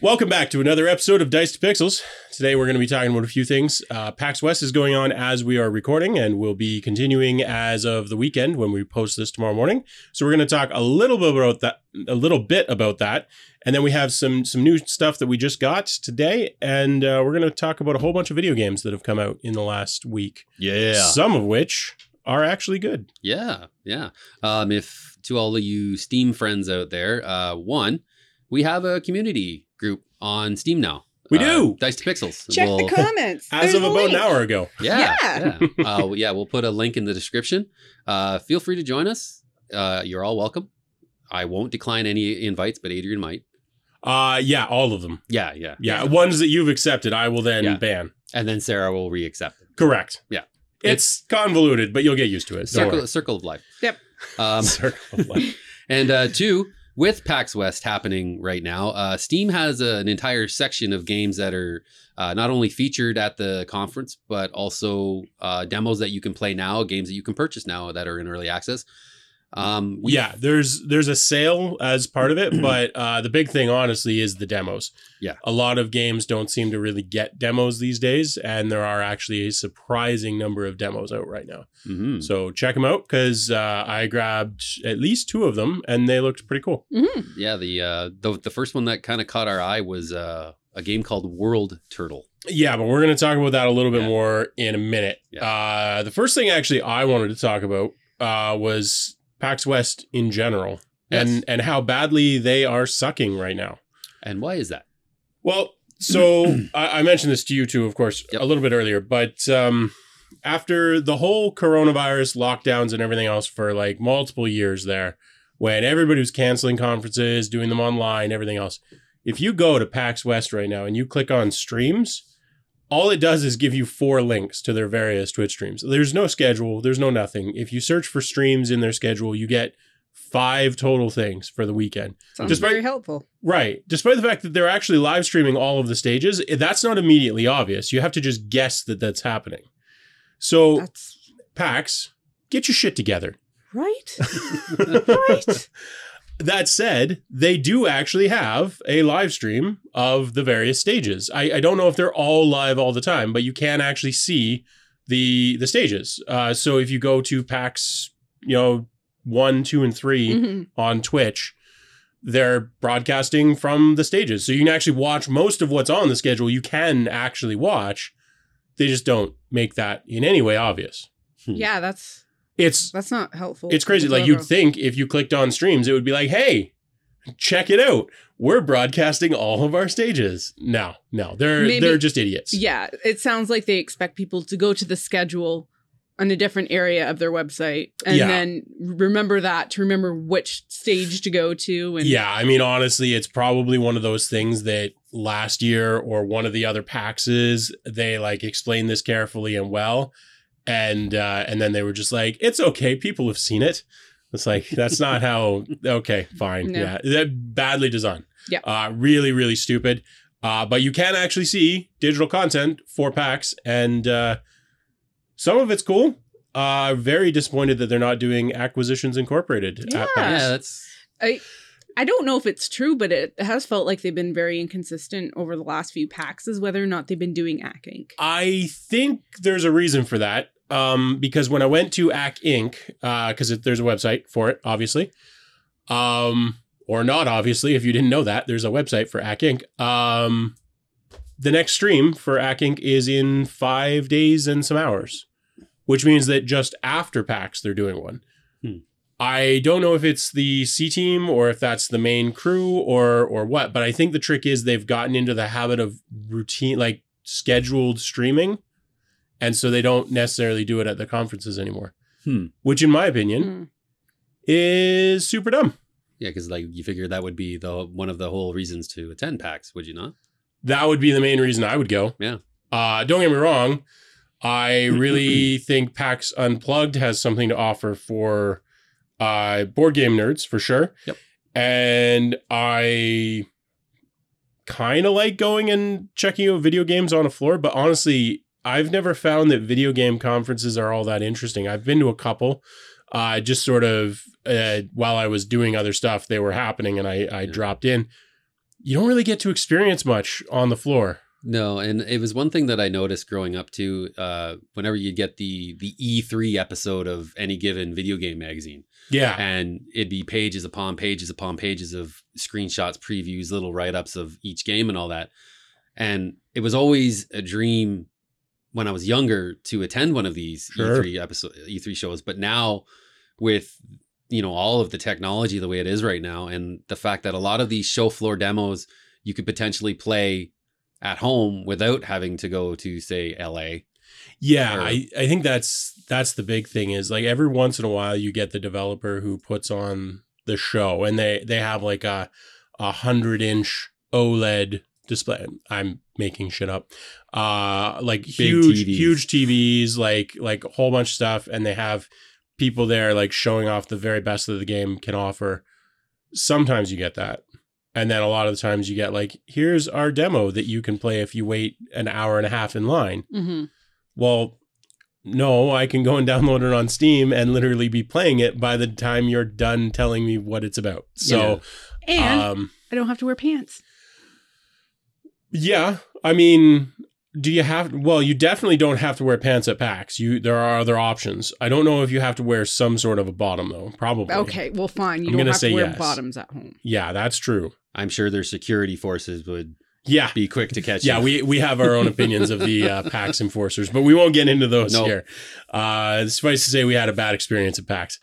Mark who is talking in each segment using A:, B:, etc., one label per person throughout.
A: Welcome back to another episode of Dice to Pixels. Today we're going to be talking about a few things. Uh, PAX West is going on as we are recording and will be continuing as of the weekend when we post this tomorrow morning. So we're going to talk a little bit about that, a little bit about that, and then we have some some new stuff that we just got today, and uh, we're going to talk about a whole bunch of video games that have come out in the last week.
B: Yeah.
A: Some of which are actually good.
B: Yeah. Yeah. Um, if to all of you Steam friends out there, uh, one, we have a community group on Steam now.
A: We
B: Uh,
A: do!
B: Dice to Pixels.
C: Check
B: We'll-
C: the comments.
A: As
C: There's
A: of
C: a
A: about
C: link.
A: an hour ago.
B: Yeah.
C: Yeah.
B: Yeah. Uh, well, yeah. We'll put a link in the description. Uh, feel free to join us. Uh, you're all welcome. I won't decline any invites, but Adrian might.
A: Uh, yeah, all of them.
B: Yeah. Yeah.
A: Yeah, ones that you've accepted, I will then
B: Yeah.
A: ban.
B: And then Sarah will reaccept. them.
A: Correct.
B: Yeah.
A: It's, convoluted, but you'll get used to it. Don't
B: Circle,
A: worry.
B: circle of life.
C: Yep.
B: Um,
A: Circle of life.
B: And uh, two, with PAX West happening right now, uh, Steam has an entire section of games that are uh, not only featured at the conference, but also uh, demos that you can play now, games that you can purchase now that are in early access. Um, we-
A: yeah, there's there's a sale as part of it, but uh, the big thing, honestly, is the demos.
B: Yeah.
A: a lot of games don't seem to really get demos these days, and there are actually a surprising number of demos out right now.
B: Mhm.
A: So check them out because uh, I grabbed at least two of them, and they looked pretty cool.
C: Mhm.
B: Yeah, the, uh, the the first one that kind of caught our eye was uh, a game called World Turtle.
A: Yeah, but we're going to talk about that a little bit
B: Yeah.
A: more in a minute.
B: Yeah.
A: Uh, the first thing actually I wanted to talk about uh, was PAX West in general
B: Yes.
A: and and how badly they are sucking right now.
B: And why is that?
A: Well, so I, I mentioned this to you too, of course,
B: Yep.
A: a little bit earlier, but um, after the whole coronavirus lockdowns and everything else for like multiple years there, when everybody was canceling conferences, doing them online, everything else, if you go to PAX West right now and you click on streams, all it does is give you four links to their various Twitch streams. There's no schedule, there's no nothing. If you search for streams in their schedule, you get five total things for the weekend.
C: Sounds
A: Despite-
C: very helpful.
A: Right. Despite the fact that they're actually live streaming all of the stages, i- that's not immediately obvious. You have to just guess that that's happening. So,
C: That's
A: PAX, get your shit together.
C: right. right.
A: That said, they do actually have a live stream of the various stages. I, I don't know if they're all live all the time, but you can actually see the the stages. Uh, so if you go to PAX, you know, one, two, and 3
C: Mhm.
A: on Twitch, they're broadcasting from the stages. So you can actually watch most of what's on the schedule. You can actually watch. They just don't make that in any way obvious.
C: Yeah, that's
A: It's
C: that's not helpful.
A: it's crazy. Like you'd think if you clicked on streams, it would be like, hey, check it out. We're broadcasting all of our stages. No, no, they're
C: Maybe-
A: they're just idiots.
C: Yeah, it sounds like they expect people to go to the schedule on a different area of their website and
A: Yeah.
C: then remember that to remember which stage to go to and
A: Yeah, I mean, honestly, it's probably one of those things that last year or one of the other PAXs, they like explained this carefully and well. And uh, and then they were just like, it's okay, people have seen it. It's like that's not how. Okay, fine,
C: No.
A: yeah, that badly designed.
C: Yeah.
A: uh, really, really stupid. Uh, but you can actually see digital content for PAX, and uh, some of it's cool. Uh, very disappointed that they're not doing Acquisitions Incorporated at
C: Yeah.
A: PAX.
B: Yeah, that's
C: I don't know if it's true, but it has felt like they've been very inconsistent over the last few packs is whether or not they've been doing Ack Inc.
A: I think there's a reason for that. Um, because when I went to Ack Inc., because there's a website for it, obviously, um, or not obviously, if you didn't know that, there's a website for Ack Inc. Um, the next stream for Ack Inc. is in five days and some hours, which means that just after PAX they're doing one.
B: Hmm.
A: I don't know if it's the C team or if that's the main crew or or what, but I think the trick is they've gotten into the habit of routine, like scheduled streaming, and so they don't necessarily do it at the conferences anymore.
B: Hmm.
A: Which, in my opinion,
C: Mm.
A: is super dumb.
B: yeah, because like you figure that would be the one of the whole reasons to attend PAX, would you not?
A: that would be the main reason I would go.
B: Yeah.
A: Uh, don't get me wrong. I really think PAX Unplugged has something to offer for uh, board game nerds for sure.
B: Yep.
A: And I kind of like going and checking out video games on a floor, but honestly, I've never found that video game conferences are all that interesting. I've been to a couple. Uh, just sort of uh, while I was doing other stuff, they were happening, and I, I
B: Yeah.
A: dropped in you don't really get to experience much on the floor.
B: No, and it was one thing that I noticed growing up too. Uh, whenever you get the the E three episode of any given video game magazine,
A: Yeah.
B: and it'd be pages upon pages upon pages of screenshots, previews, little write ups of each game and all that. And it was always a dream when I was younger to attend one of these E
A: Sure.
B: E3 episode E3 E shows, but now with you know all of the technology the way it is right now and the fact that a lot of these show floor demos you could potentially play at home without having to go to say LA.
A: Yeah.
B: Or-
A: I, I think that's that's the big thing is like every once in a while you get the developer who puts on the show and they they have like a a hundred inch OLED display. I'm making shit up. Uh like huge
B: TVs.
A: huge TVs, like like a whole bunch of stuff, and they have people there like showing off the very best that the game can offer. Sometimes you get that. And then a lot of the times you get like, here's our demo that you can play if you wait an hour and a half in line.
C: Mm-hmm.
A: Well, no, I can go and download it on Steam and literally be playing it by the time you're done telling me what it's about. So,
C: And
A: um,
C: I don't have to wear pants.
A: Yeah, I mean, do you have? Well, you definitely don't have to wear pants at PAX. You there are other options. I don't know if you have to wear some sort of a bottom though. Probably.
C: Okay, well, fine. You
A: I'm
C: don't
A: gonna
C: have
A: say
C: to wear
A: yes.
C: bottoms at home.
A: Yeah, that's true.
B: I'm sure their security forces would
A: Yeah.
B: be quick to catch
A: Yeah,
B: you.
A: we, we have our own opinions of the uh, PAX enforcers, but we won't get into those
B: No.
A: here. Uh, suffice to say, we had a bad experience at PAX.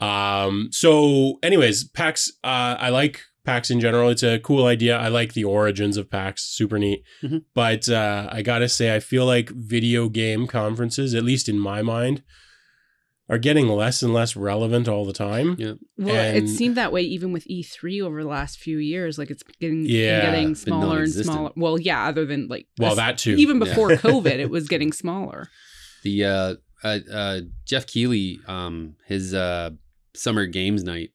A: Um, so, anyways, PAX, uh, I like PAX in general. It's a cool idea. I like the origins of PAX, super neat.
B: Mhm.
A: But uh, I got to say, I feel like video game conferences, at least in my mind, are getting less and less relevant all the time.
B: Yeah.
C: Well, it
A: And-
C: seemed that way even with E3 over the last few years. Like it's getting been
A: Yeah,
B: been
C: getting smaller and
B: non-existent.
C: smaller. Well, yeah, other than like
A: Well,
C: a-
A: that too.
C: even
B: yeah.
C: before COVID, it was getting smaller.
B: The uh, uh, uh, Jeff Keeley, um, his uh, summer games night,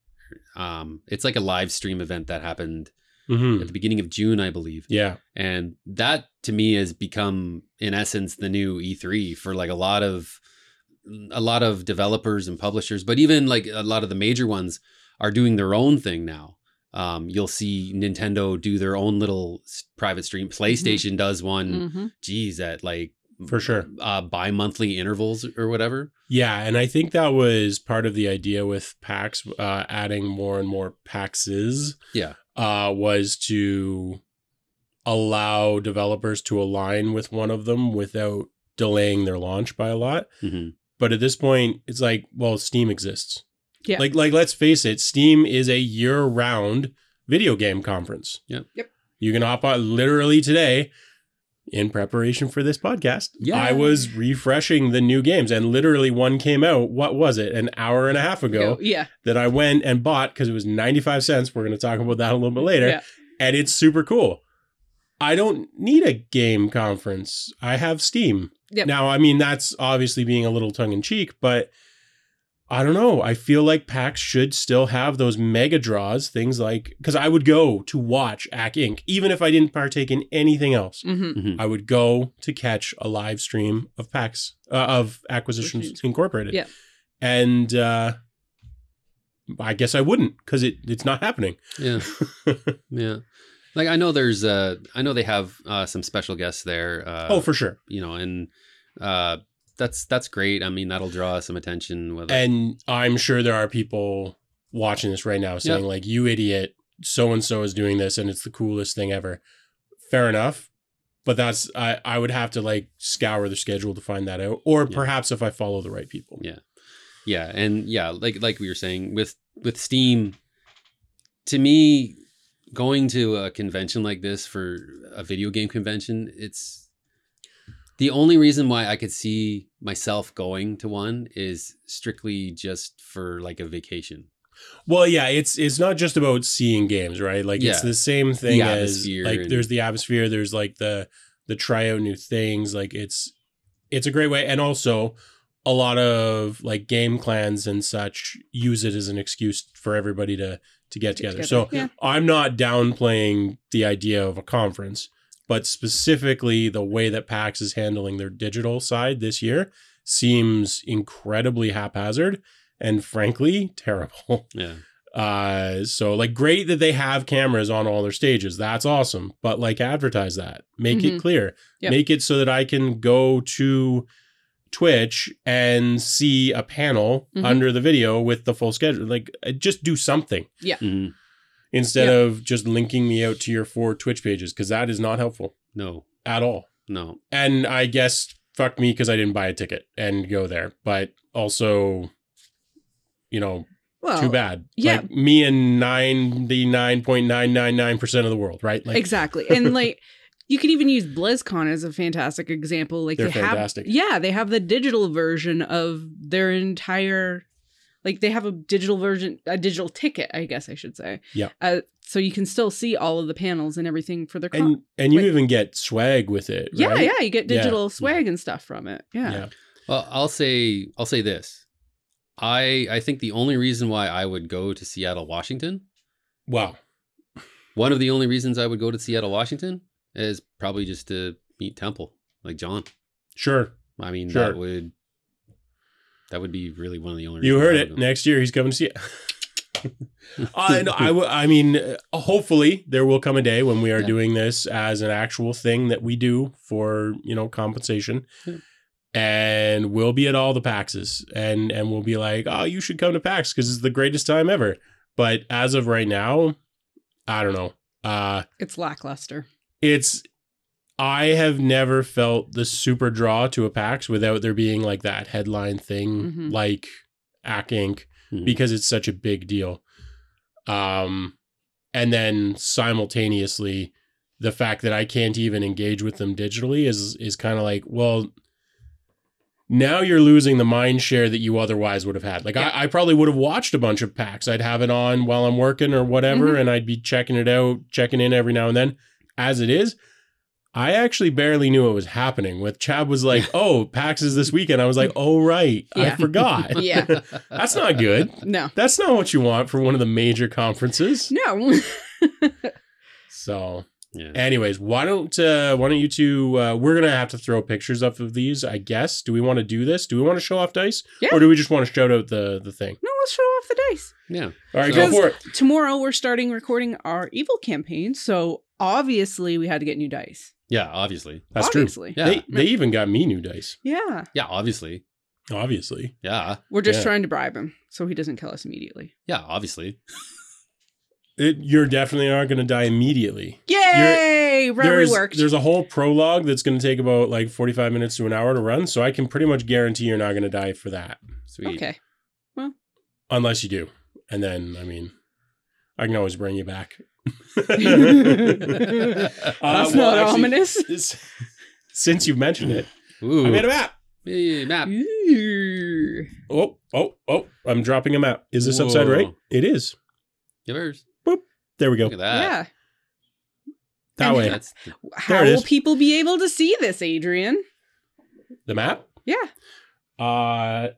B: um, it's like a live stream event that happened
A: Mhm.
B: at the beginning of June, I believe,
A: Yeah.
B: and that to me has become, in essence, the new E3 for like a lot of a lot of developers and publishers, but even like a lot of the major ones are doing their own thing now. Um, you'll see Nintendo do their own little s- private stream. PlayStation does one.
C: hmm
B: Geez, at like
A: For sure.
B: uh, bi-monthly intervals or whatever.
A: Yeah, and I think that was part of the idea with PAX, uh, adding more and more PAXs.
B: Yeah.
A: Uh, was to allow developers to align with one of them without delaying their launch by a lot.
B: Mhm.
A: But at this point, it's like, well, Steam exists.
C: Yeah.
A: Like, like let's face it, Steam is a year-round video game conference.
B: Yeah.
C: Yep.
A: You can hop on literally today. In preparation for this podcast,
B: Yeah.
A: I was refreshing the new games, and literally one came out. What was it? An hour and a half ago
C: Yeah.
A: that I went and bought because it was ninety-five cents. We're going to talk about that a little bit later,
C: Yeah.
A: and it's super cool. I don't need a game conference. I have Steam.
C: Yep.
A: Now, I mean, that's obviously being a little tongue in cheek, but I don't know. I feel like PAX should still have those mega draws, things like, because I would go to watch ACK Inc., even if I didn't partake in anything else.
C: hmm
A: I would go to catch a live stream of PAX, uh, of Acquisitions
C: Acquisitions.
A: Incorporated.
C: Yeah.
A: And uh, I guess I wouldn't because it, it's not happening.
B: Yeah, yeah. Like I know there's uh I know they have uh some special guests there. Uh,
A: oh, for sure.
B: you know, and uh that's that's great. I mean, that'll draw some attention. Whether
A: And I'm sure there are people watching this right now saying, like, you idiot, so and so is doing this and it's the coolest thing ever. Fair enough. But that's, I, I would have to like scour the schedule to find that out. Or
B: Yeah.
A: perhaps if I follow the right people.
B: Yeah. yeah, and yeah, like like we were saying with with Steam, to me, going to a convention like this for a video game convention, it's the only reason why I could see myself going to one is strictly just for like a vacation.
A: Well, yeah, it's it's not just about seeing games, right? Like it's
B: Yeah.
A: the same thing
B: The
A: as
B: atmosphere
A: like
B: and-
A: there's the atmosphere, there's like the the try out new things. Like it's it's a great way, and also a lot of like game clans and such use it as an excuse for everybody to to get together. So
C: yeah.
A: I'm not downplaying the idea of a conference, but specifically the way that PAX is handling their digital side this year seems incredibly haphazard and frankly terrible.
B: Yeah.
A: Uh, so like great that they have cameras on all their stages. That's awesome. But like advertise that. Make it
C: Mhm.
A: clear.
C: Yep.
A: Make it so that I can go to Twitch and see a panel
C: Mhm.
A: under the video with the full schedule. Like uh, just do something
B: Mhm.
A: instead
C: Yeah.
A: of just linking me out to your four Twitch pages cuz that is not helpful
B: No,
A: at all.
B: no.
A: And I guess fuck me cuz I didn't buy a ticket and go there. But also you know,
C: Well,
A: too bad.
C: Oh, yeah.
A: Like me and 99.999% of the world, right? Like
C: exactly. And like you can even use BlizzCon as a fantastic example. Like
A: They're
C: they
A: fantastic.
C: have Yeah, they have the digital version of their entire like they have a digital version a digital ticket, I guess I should say.
A: Yeah.
C: Uh, so you can still see all of the panels and everything for their con.
A: and and you
C: Like-
A: even get swag with it,
C: yeah,
A: right?
C: yeah, you get
A: Yeah.
C: digital swag and stuff from it. Yeah.
A: Yeah.
B: Well, I'll say I'll say this. I I think the only reason why I would go to Seattle, Washington,
A: Wow.
B: one of the only reasons I would go to Seattle, Washington, is probably just to meet Temple, like John.
A: Sure.
B: I mean,
A: Sure.
B: that would that would be really one of the only.
A: You
B: reasons
A: heard
B: I would
A: it.
B: go.
A: Next year he's coming to see it. I no, I, w- I mean, uh, hopefully there will come a day when we are
B: Yeah.
A: doing this as an actual thing that we do for you know compensation,
B: Yeah.
A: and we'll be at all the PAXs, and and we'll be like, oh, you should come to PAX because it's the greatest time ever. But as of right now, I don't know. Uh,
C: It's lackluster.
A: it's I have never felt the super draw to a PAX without there being like that headline thing
C: Mhm.
A: like ACK Inc.
B: Mhm.
A: because it's such a big deal. Um and then simultaneously the fact that I can't even engage with them digitally is is kind of like, well, now you're losing the mind share that you otherwise would have had. Like
C: Yeah.
A: I, I probably would have watched a bunch of packs. I'd have it on while I'm working or whatever,
C: Mm-hmm.
A: and I'd be checking it out, checking in every now and then. As it is, I actually barely knew what was happening. With Chad was like, "Oh, PAX is this weekend." I was like, "Oh right, I
C: Yeah.
A: forgot."
C: Yeah.
A: That's not good.
C: No.
A: That's not what you want for one of the major conferences.
C: No.
A: So
B: Yeah.
A: Anyways, why don't uh, why don't you two? Uh, we're gonna have to throw pictures up of these, I guess. Do we want to do this? Do we want to show off dice,
C: Yeah.
A: or do we just want to shout out the the thing?
C: No, let's show off the dice.
B: Yeah.
A: All right,
B: So-
A: go for it.
C: tomorrow we're starting recording our evil campaign so obviously we had to get new dice
B: Yeah. Obviously.
A: That's
C: obviously.
A: true.
B: Yeah.
A: They they even got me new dice.
C: yeah
B: Yeah. Obviously.
A: Obviously,
B: Yeah.
C: we're just
A: Yeah.
C: trying to bribe him so he doesn't kill us immediately
B: Yeah. Obviously.
A: it, you're definitely not gonna die immediately.
C: yay robbery
A: There's,
C: worked
A: there's a whole prologue that's going to take about like 45 minutes to an hour to run, so I can pretty much guarantee you're not going to die for that,
B: Sweet.
C: okay
A: unless you do. And then, I mean, I can always bring you back. Uh,
C: that's
A: well,
C: not
A: actually,
C: ominous
A: s- since you've mentioned it,
B: Ooh.
A: I made a map.
B: Hey, map.
C: Ooh.
A: Oh, oh, oh! I'm dropping a map. Is this upside
B: Whoa.
A: right? It is.
B: Yours.
A: There we go.
B: Look at that.
C: yeah
A: That
C: And
A: way.
B: That's
C: how
A: it
C: will
A: is.
C: people be able to see this adrian
A: The map.
C: yeah
A: Uh,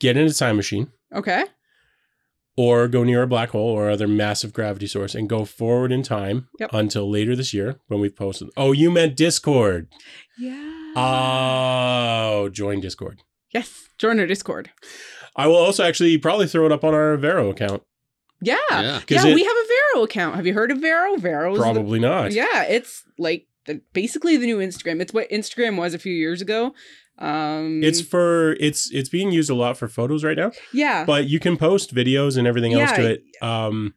A: get in a time machine,
C: okay
A: or go near a black hole or other massive gravity source, and go forward in time
C: Yep.
A: until later this year when we've posted. Oh, you meant Discord.
C: yeah Ah.
A: Oh, join Discord.
C: yes join our discord
A: I will also actually probably throw it up on our Vero account.
C: yeah yeah,
B: yeah.
A: 'Cause it-
C: we have a vero account have you heard of vero vero is the
A: Probably not.
C: Yeah, it's like the, basically the new Instagram. It's what Instagram was a few years ago. Um,
A: It's for it's it's being used a lot for photos right now.
C: yeah,
A: but you can post videos and everything else
C: Yeah,
A: to it. Um,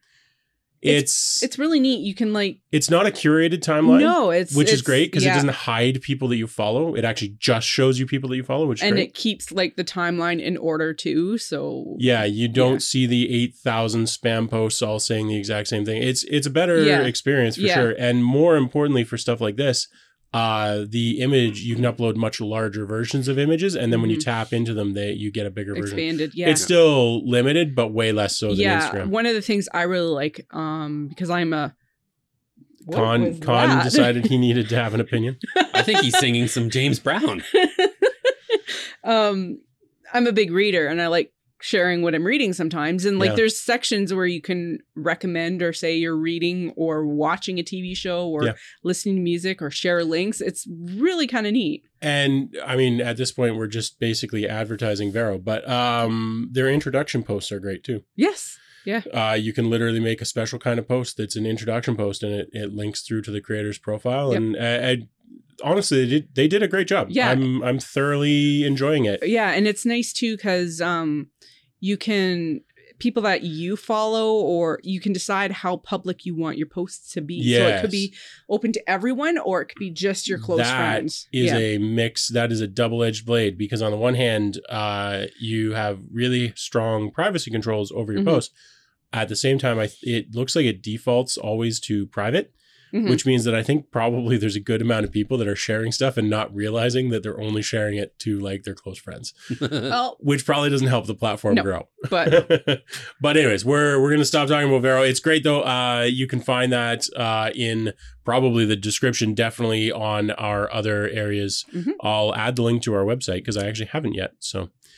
A: it's it's
C: it's really neat. You can like
A: it's not a curated timeline,
C: no, it's
A: which is
C: it's-
A: great because
C: yeah.
A: it doesn't hide people that you follow. It actually just shows you people that you follow, which is
C: and
A: great.
C: it keeps like the timeline in order too. So
A: yeah, you don't
C: Yeah.
A: see the eight thousand spam posts all saying the exact same thing. It's it's a better
C: Yeah.
A: experience for
C: Yeah.
A: sure, and more importantly for stuff like this. Uh, the image you can upload much larger versions of images, and then when you
C: Mhm.
A: tap into them, they you get a bigger version.
C: expanded. Yeah,
A: It's still limited, but way less so than
C: yeah.
A: Instagram.
C: One of the things I really like, um, because I'm a What
A: Con
C: was
A: Con
C: that?
A: decided he needed to have an opinion.
B: I think he's singing some James Brown.
C: um i'm a big reader and i like sharing what i'm reading sometimes and like
A: Yeah.
C: there's sections where you can recommend or say you're reading or watching a tv show or
A: Yeah.
C: listening to music or share links it's really kind of neat
A: And I mean, at this point, we're just basically advertising Vero, but um, their introduction posts are great too.
C: yes Yeah.
A: Uh, you can literally make a special kind of post that's an introduction post, and it, it links through to the creator's profile.
C: Yep.
A: And I, I honestly, they did, they did a great job.
C: Yeah.
A: I'm I'm thoroughly enjoying it.
C: yeah and it's nice too because um you can people that you follow or you can decide how public you want your posts to be so it could
A: Yes.
C: be open to everyone or it could be just your close
A: That
C: friends
A: is
C: yeah
A: a mix that is a double-edged blade because on the one hand uh, you have really strong privacy controls over your
C: Mhm.
A: post at the same time I, it looks like it defaults always to private
C: Mhm.
A: which means that i think probably there's a good amount of people that are sharing stuff and not realizing that they're only sharing it to like their close friends
C: oh
A: which probably doesn't help the platform
C: No.
A: grow
C: but
A: but anyways, we're we're gonna stop talking about Vero. It's great though. Uh, you can find that uh, in probably the description, definitely on our other areas.
C: Mhm.
A: I'll add the link to our website because I actually haven't yet. So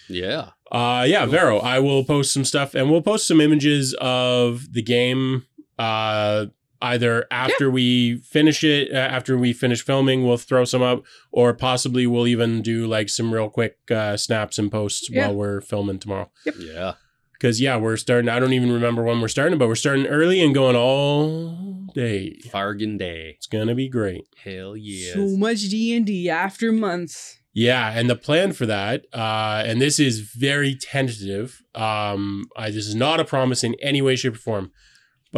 B: yeah.
A: uh, yeah, Vero, I will post some stuff and we'll post some images of the game. Uh, either after we finish it, uh, after we finish filming, we'll throw some up, or possibly we'll even do like some real quick uh, snaps and posts
C: Yeah.
A: while we're filming tomorrow.
B: Yeah.
A: Because yeah, we're starting. I don't even remember when we're starting, but we're starting early and going all day.
B: Fargan Day.
A: It's gonna be great.
B: Hell yeah.
C: so much d&d after months
A: Yeah, and the plan for that, uh, and this is very tentative. Um, I, this is not a promise in any way, shape, or form.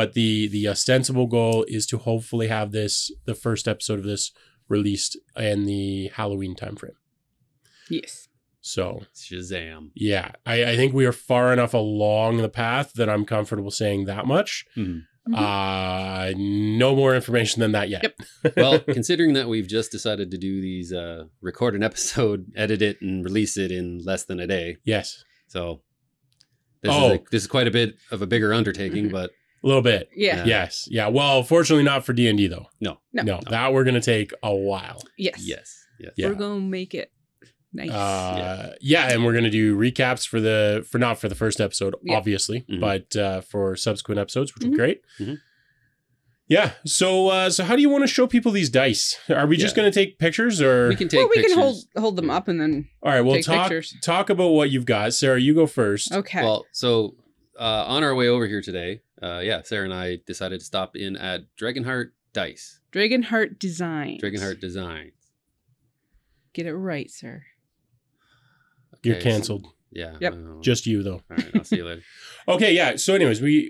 A: But the the ostensible goal is to hopefully have this the first episode of this released in the Halloween timeframe.
C: yes
A: So
B: Shazam.
A: yeah, I, I think we are far enough along the path that I'm comfortable saying that much.
C: Mm-hmm.
A: Uh, no more information than that yet.
C: Yep.
B: well, considering that we've just decided to do these, uh, record an episode, edit it, and release it in less than a day.
A: Yes,
B: So this,
A: Oh.
B: is, a, this is quite a bit of a bigger undertaking, but
A: a little bit.
C: yeah,
B: Yeah.
A: Yes, yeah. Well, fortunately, not for D and D though.
B: No.
A: no,
C: No.
A: that we're gonna take a while.
C: yes
B: yes. Yes.
A: Yeah.
C: we're gonna make it nice
A: Uh, yeah, and we're gonna do recaps for the for not for the first episode,
C: Yeah.
A: obviously,
B: Mhm.
A: but uh, for subsequent episodes, which
C: Mhm.
A: are great.
B: Mhm.
A: Yeah. So, uh, so how do you want to show people these dice? Are we just
B: Yeah.
A: gonna take pictures, or
B: We can take
C: well we
B: pictures.
C: can hold hold them up and then
A: all right? We'll
C: take
A: talk
C: pictures.
A: talk about what you've got, Sarah. You go first.
C: okay
B: Well, so uh, on our way over here today, uh, yeah, Sarah and I decided to stop in at Dragonheart Dice,
C: dragonheart design
B: Dragonheart Design.
C: get it right sir
A: You're
B: Okay, so-
A: canceled.
B: yeah.
C: Yep.
B: well,
A: Just you though.
B: All right. I'll see you later.
A: Okay, yeah. So, anyways, we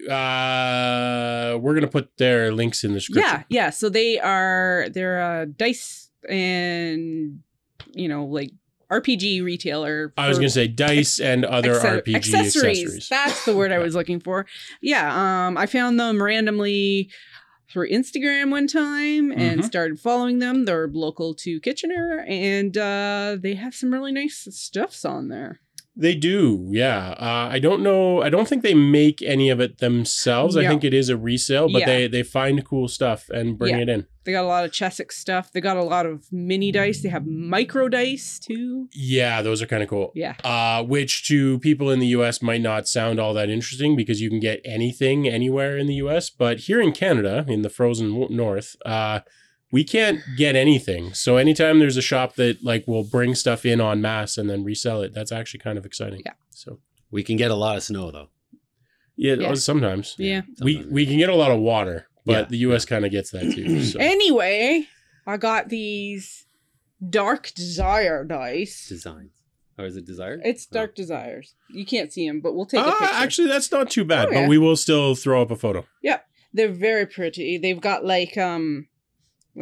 A: uh we're gonna put their links in the
C: yeah
A: description.
C: yeah so they are they're a dice and you know like rpg retailer
A: I was
C: for
A: gonna say dice and other
C: acce-
A: RPG accessories.
C: that's the word i
A: Yeah.
C: was looking for yeah um i found them randomly through instagram one time and
A: Mhm.
C: started following them they're local to kitchener and uh they have some really nice stuffs on there
A: They do, yeah. Uh, I don't know. I don't think they make any of it themselves. I
C: No.
A: think it is a resale, but
C: Yeah.
A: they they find cool stuff and bring
C: Yeah.
A: it in.
C: they got a lot of chessex stuff they got a lot of mini dice they have micro dice too
A: Yeah, those are kind of cool.
C: yeah
A: Uh, which to people in the U.S. might not sound all that interesting because you can get anything anywhere in the U.S. But here in Canada, in the frozen w- north, uh, we can't get anything. So anytime there's a shop that like will bring stuff in en masse and then resell it, that's actually kind of exciting.
C: Yeah.
A: So
B: We can get a lot of snow though.
A: yeah,
C: Yeah.
A: sometimes
C: yeah
A: we
B: sometimes.
A: we can get a lot of water, but
B: Yeah.
A: the U.S. kind of gets that too. So.
C: Anyway, I got these dark desire dice.
B: designs. Or is it desire?
C: It's
B: Oh.
C: dark desires. You can't see them, but we'll take a
A: Ah,
C: picture.
A: actually, that's not too bad,
C: Oh,
A: but
C: yeah.
A: we will still throw up a photo.
C: They're very pretty. They've got like um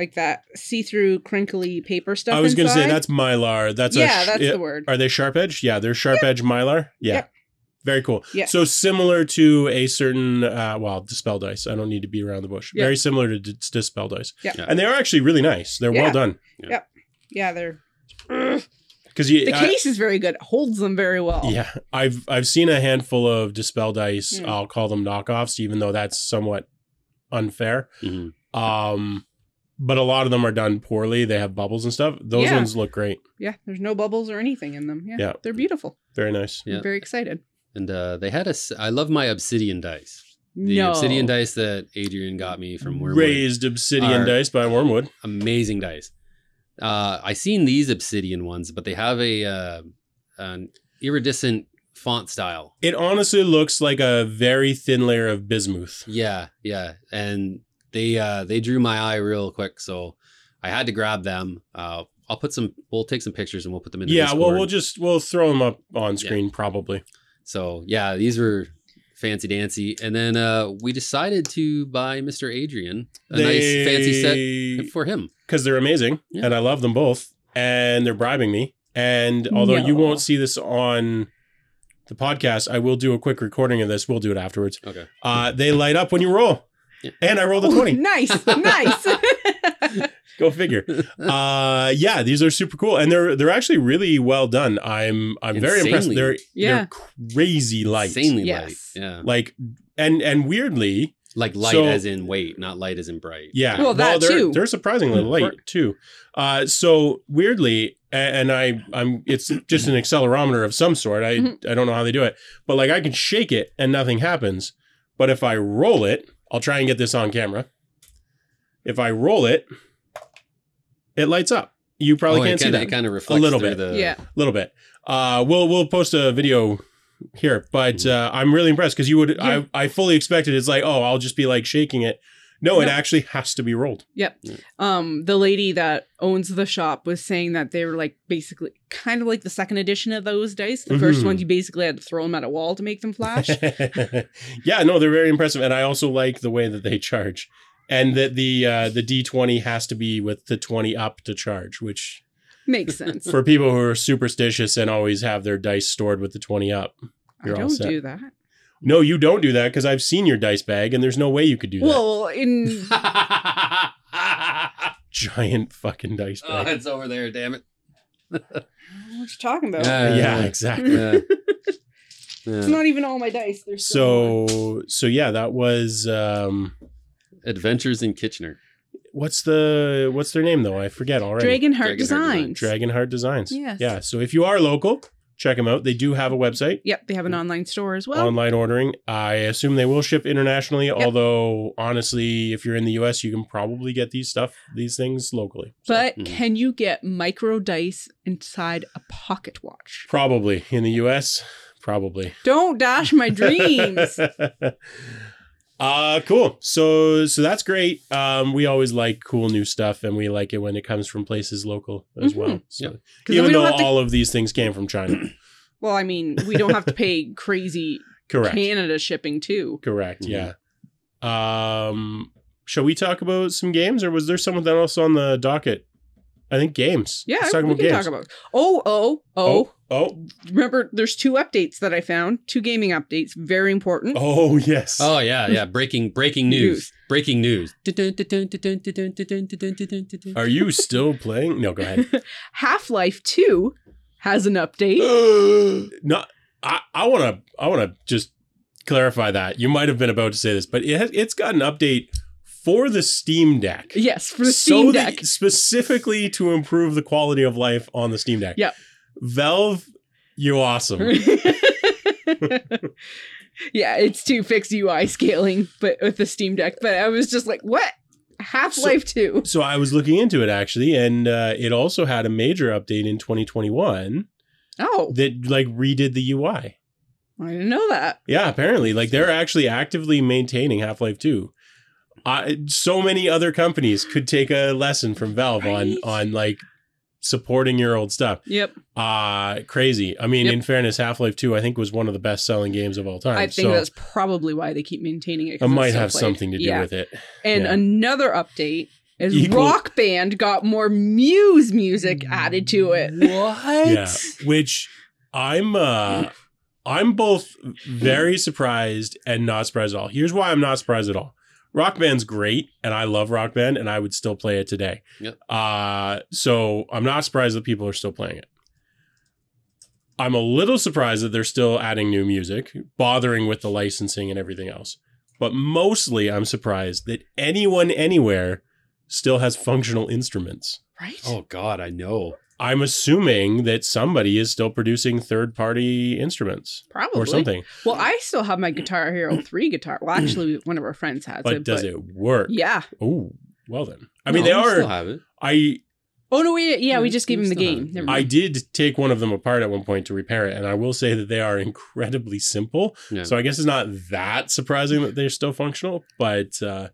C: like that see-through crinkly paper stuff.
A: I was
C: going
A: going
C: to
A: to say that's mylar. That's
C: yeah,
A: a sh-
C: that's
A: yeah,
C: the word.
A: Are they sharp edge? Yeah, they're sharp edge mylar. Yeah.
C: Yep.
A: Very cool.
C: Yeah.
A: So similar to a certain, uh, well, dispel dice. I don't need to be around the bush.
C: Yeah.
A: Very similar to dis- dispel dice.
C: Yeah.
B: Yeah.
A: And they are actually really nice. They're well
C: Yeah.
A: done.
C: Yeah, they're
A: Because you,
C: the
A: I-
C: case is very good. It holds them very well.
A: yeah, I've I've seen a handful of dispel dice.
C: Mm.
A: I'll call them knockoffs, even though that's somewhat unfair.
B: Mhm.
A: Um, but a lot of them are done poorly. They have bubbles and stuff. Those
C: Yeah.
A: ones look great.
C: Yeah, there's no bubbles or anything in them. Yeah.
A: Yeah.
C: They're beautiful.
A: Very nice.
B: Yeah.
C: I'm very excited.
B: And uh, they had a. s- I love my obsidian dice. The
C: no.
B: obsidian dice that Adrian got me from Wormwood.
A: Raised obsidian
B: Are-
A: dice by Wormwood.
B: amazing dice. Uh, I seen these obsidian ones, but they have a uh, an iridescent font style.
A: It honestly looks like a very thin layer of bismuth.
B: Yeah, yeah. And they uh they drew my eye real quick, so I had to grab them. Uh I'll put some we'll take some pictures and we'll put them in the
A: yeah, well,
B: Discord.
A: we'll just we'll throw them up on screen probably.
B: So yeah, these were fancy dancy. And then uh we decided to buy Mr. Adrian a nice fancy set for him.
A: because they're amazing
B: Yeah.
A: and I love them both, and they're bribing me. And although you
C: No.
A: won't see this on the podcast, I will do a quick recording of this. We'll do it afterwards.
B: Okay.
A: Uh, they light up when you roll,
B: Yeah.
A: and I rolled a
C: Ooh,
A: Oh, twenty.
C: nice, nice.
A: Go figure. Uh, yeah, these are super cool, and they're they're actually really well done. I'm I'm very impressed.
B: Insanely.
A: They're
C: Yeah.
A: they're crazy light,
B: Insanely
C: Yes.
B: light. Yeah.
A: like and and weirdly,
B: Like light
A: So-
B: as in weight, not light as in bright.
A: Yeah.
C: Well, that
A: they're,
C: too.
A: They're surprisingly
B: Hmm.
A: light too. Uh, so weirdly, a- and I, I'm, it's just an accelerometer of some sort. I,
C: Mhm.
A: I don't know how they do it, but like I can shake it and nothing happens. But if I roll it, I'll try and get this on camera. If I roll it, it lights up. You probably
B: Oh,
A: can't
B: it
A: see
B: kinda,
A: that
B: It kind of reflects
A: little
B: through
A: bit.
B: The,
C: yeah,
A: a little bit. Uh, we'll we'll post a video here, but uh, I'm really impressed because you would
C: Yeah.
A: I I fully expected it's like oh I'll just be like shaking it. No, it
C: No.
A: actually has to be rolled.
C: um the lady that owns the shop was saying that they were like basically kind of like the second edition of those dice the first
A: Mhm.
C: ones you basically had to throw them at a wall to make them flash
A: yeah, no, they're very impressive, and I also like the way that they charge, and that the uh, the D twenty has to be with the twenty up to charge, which
C: makes sense
A: for people who are superstitious and always have their dice stored with the twenty up.
C: i
A: you're all
C: don't
A: set.
C: do that
A: No, you don't do that because I've seen your dice bag, and there's no way you could do that.
C: well in
A: Giant fucking dice bag.
B: oh, it's over there, damn it.
C: what you talking about
A: yeah,
C: uh,
A: exactly.
B: yeah.
C: it's
B: Yeah.
C: not even all my dice There's still more.
A: So so yeah, that was um
B: Adventures in Kitchener.
A: what's the what's their name though? I forget already.
C: dragonheart
B: Dragonheart Design.
C: designs
A: Dragonheart Designs.
C: Yes.
A: Yeah. So if you are local, check them out. They do have a website.
C: yep they have an online store as well
A: Mm-hmm. Online ordering. I assume they will ship internationally, although honestly, if you're in the US, you can probably get these stuff, these things locally. So,
C: but
B: Mhm.
C: can you get micro dice inside a pocket watch
A: probably in the US, probably.
C: don't dash my dreams
A: uh cool. So so that's great. Um we always like cool new stuff and we like it when it comes from places local as
C: Mhm.
A: well. So
B: Yeah.
C: because
A: even
C: we don't
A: though
C: have to
A: all of these things came from China.
C: well i mean we don't have to pay crazy
A: Correct.
C: canada shipping too
A: Correct. Yeah. Um shall we talk about some games or was there someone else on the docket? I think games.
C: Yeah,
A: Let's talk
C: we
A: about
C: can
A: games.
C: talk about. Oh, oh, oh,
A: oh,
C: Remember, there's two updates that I found. Two gaming updates, very important.
A: oh yes.
C: Uh,
B: Oh yeah, yeah. Breaking breaking news. Breaking news.
A: Are you still playing? No, go ahead.
C: Half Life Two has an update.
A: no, I, I want to I want to just clarify that you might have been about to say this, but it has, it's got an update for the Steam Deck.
C: Yes, for
A: So
C: the Steam
A: that-
C: Deck.
A: specifically to improve the quality of life on the Steam Deck.
C: Yep.
A: Valve, you awesome.
C: yeah, it's to fix UI scaling, but with the Steam Deck. But I was just like, what? Half Life Two.
A: so I was looking into it actually, and uh, it also had a major update in 2021
C: Oh,
A: that like redid the UI.
C: I didn't know that.
A: Yeah, apparently, like they're actually actively maintaining Half Life Two. Uh, so many other companies could take a lesson from Valve on
C: Right?
A: on like supporting your old stuff.
C: Yep,
A: Uh crazy. I mean,
C: Yep.
A: in fairness, Half Life Two I think was one of the best selling games of all time.
C: I think
A: so
C: that's probably why they keep maintaining it.
A: I
C: 'cause it's
A: might
C: so
A: have
C: played.
A: something to do
C: Yeah.
A: with it.
C: And
A: Yeah.
C: another update is
A: Equal-
C: Rock Band got more Muse music added to it.
B: What?
A: Yeah, which I'm uh I'm both very surprised and not surprised at all. Here's why I'm not surprised at all. Rock Band's great, and I love Rock Band, and I would still play it today.
B: Yep.
A: Uh, so I'm not surprised that people are still playing it. I'm a little surprised that they're still adding new music, bothering with the licensing and everything else. But mostly, I'm surprised that anyone anywhere still has functional instruments.
C: Right?
B: Oh God, I know.
A: I'm assuming that somebody is still producing third party instruments
C: Probably.
A: or something.
C: Well, I still have my Guitar Hero 3 guitar. Well, actually, one of our friends has
A: But
C: it.
A: does
C: but
A: it work?
C: Yeah.
A: Oh, well then. I mean,
B: No,
A: they
B: we Still
A: are.
B: have it.
A: I
C: Oh no, we yeah,
B: Yeah,
C: we just gave
B: we
C: him the
B: still have
C: game.
B: it.
C: Never
B: I-
A: I
C: mind.
A: did take one of them apart at one point to repair it, and I will say that they are incredibly simple.
B: Yeah.
A: So I guess it's not that surprising that they're still functional. But uh,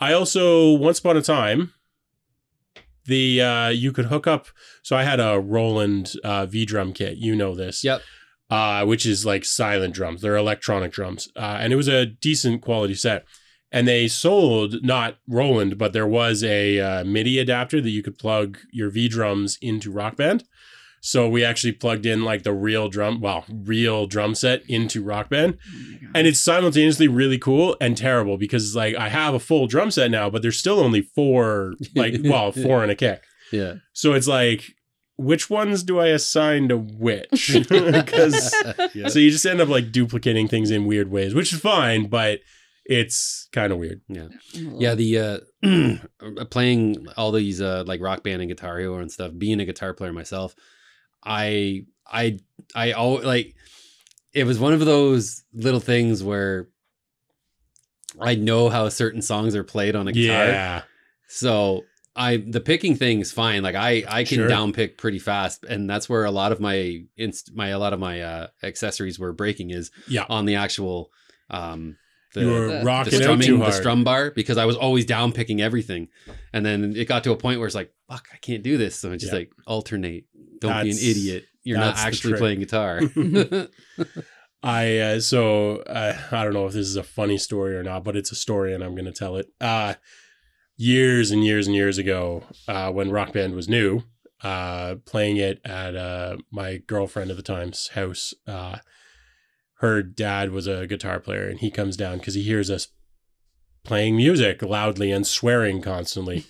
A: I also once upon a time, the uh, you could hook up. So I had a Roland uh, V drum kit. You know this,
B: Yep.
A: Uh, which is like silent drums. They're electronic drums, uh, and it was a decent quality set. And they sold not Roland, but there was a uh, MIDI adapter that you could plug your V drums into Rock Band. So we actually plugged in like the real drum, well, real drum set into Rock Band.
C: Oh
A: And it's simultaneously really cool and terrible because like I have a full drum set now, but there's still only four, like, well, four and a kick.
B: Yeah.
A: So it's like, which ones do I assign to which? Because
B: Yeah.
A: so you just end up like duplicating things in weird ways, which is fine, but it's kind of weird.
B: Yeah, the uh playing all these uh like rock band and guitar hero and stuff, being a guitar player myself, I I I always like it was one of those little things where I know how certain songs are played on a guitar.
A: Yeah.
B: So I the picking thing is fine. Like I I can
A: Sure.
B: down pick pretty fast, and that's where a lot of my inst- my a lot of my uh accessories were breaking is
A: Yeah.
B: on the actual um the,
A: you were
C: the-
B: the
A: rocking out
B: strumming
A: too
B: the
A: hard.
B: strum bar because I was always down picking everything, and then it got to a point where it's like fuck I can't do this. So it's just
A: Yeah.
B: like alternate. Don't be an
A: That's-
B: idiot. You're not
A: that's the
B: actually
A: trick.
B: playing guitar.
A: I uh, so uh, I don't know if this is a funny story or not, but it's a story and I'm going to tell it. Uh, years and years and years ago, uh, when Rock Band was new, uh, playing it at uh, my girlfriend at the time's house, uh, her dad was a guitar player and he comes down because he hears us playing music loudly and swearing constantly.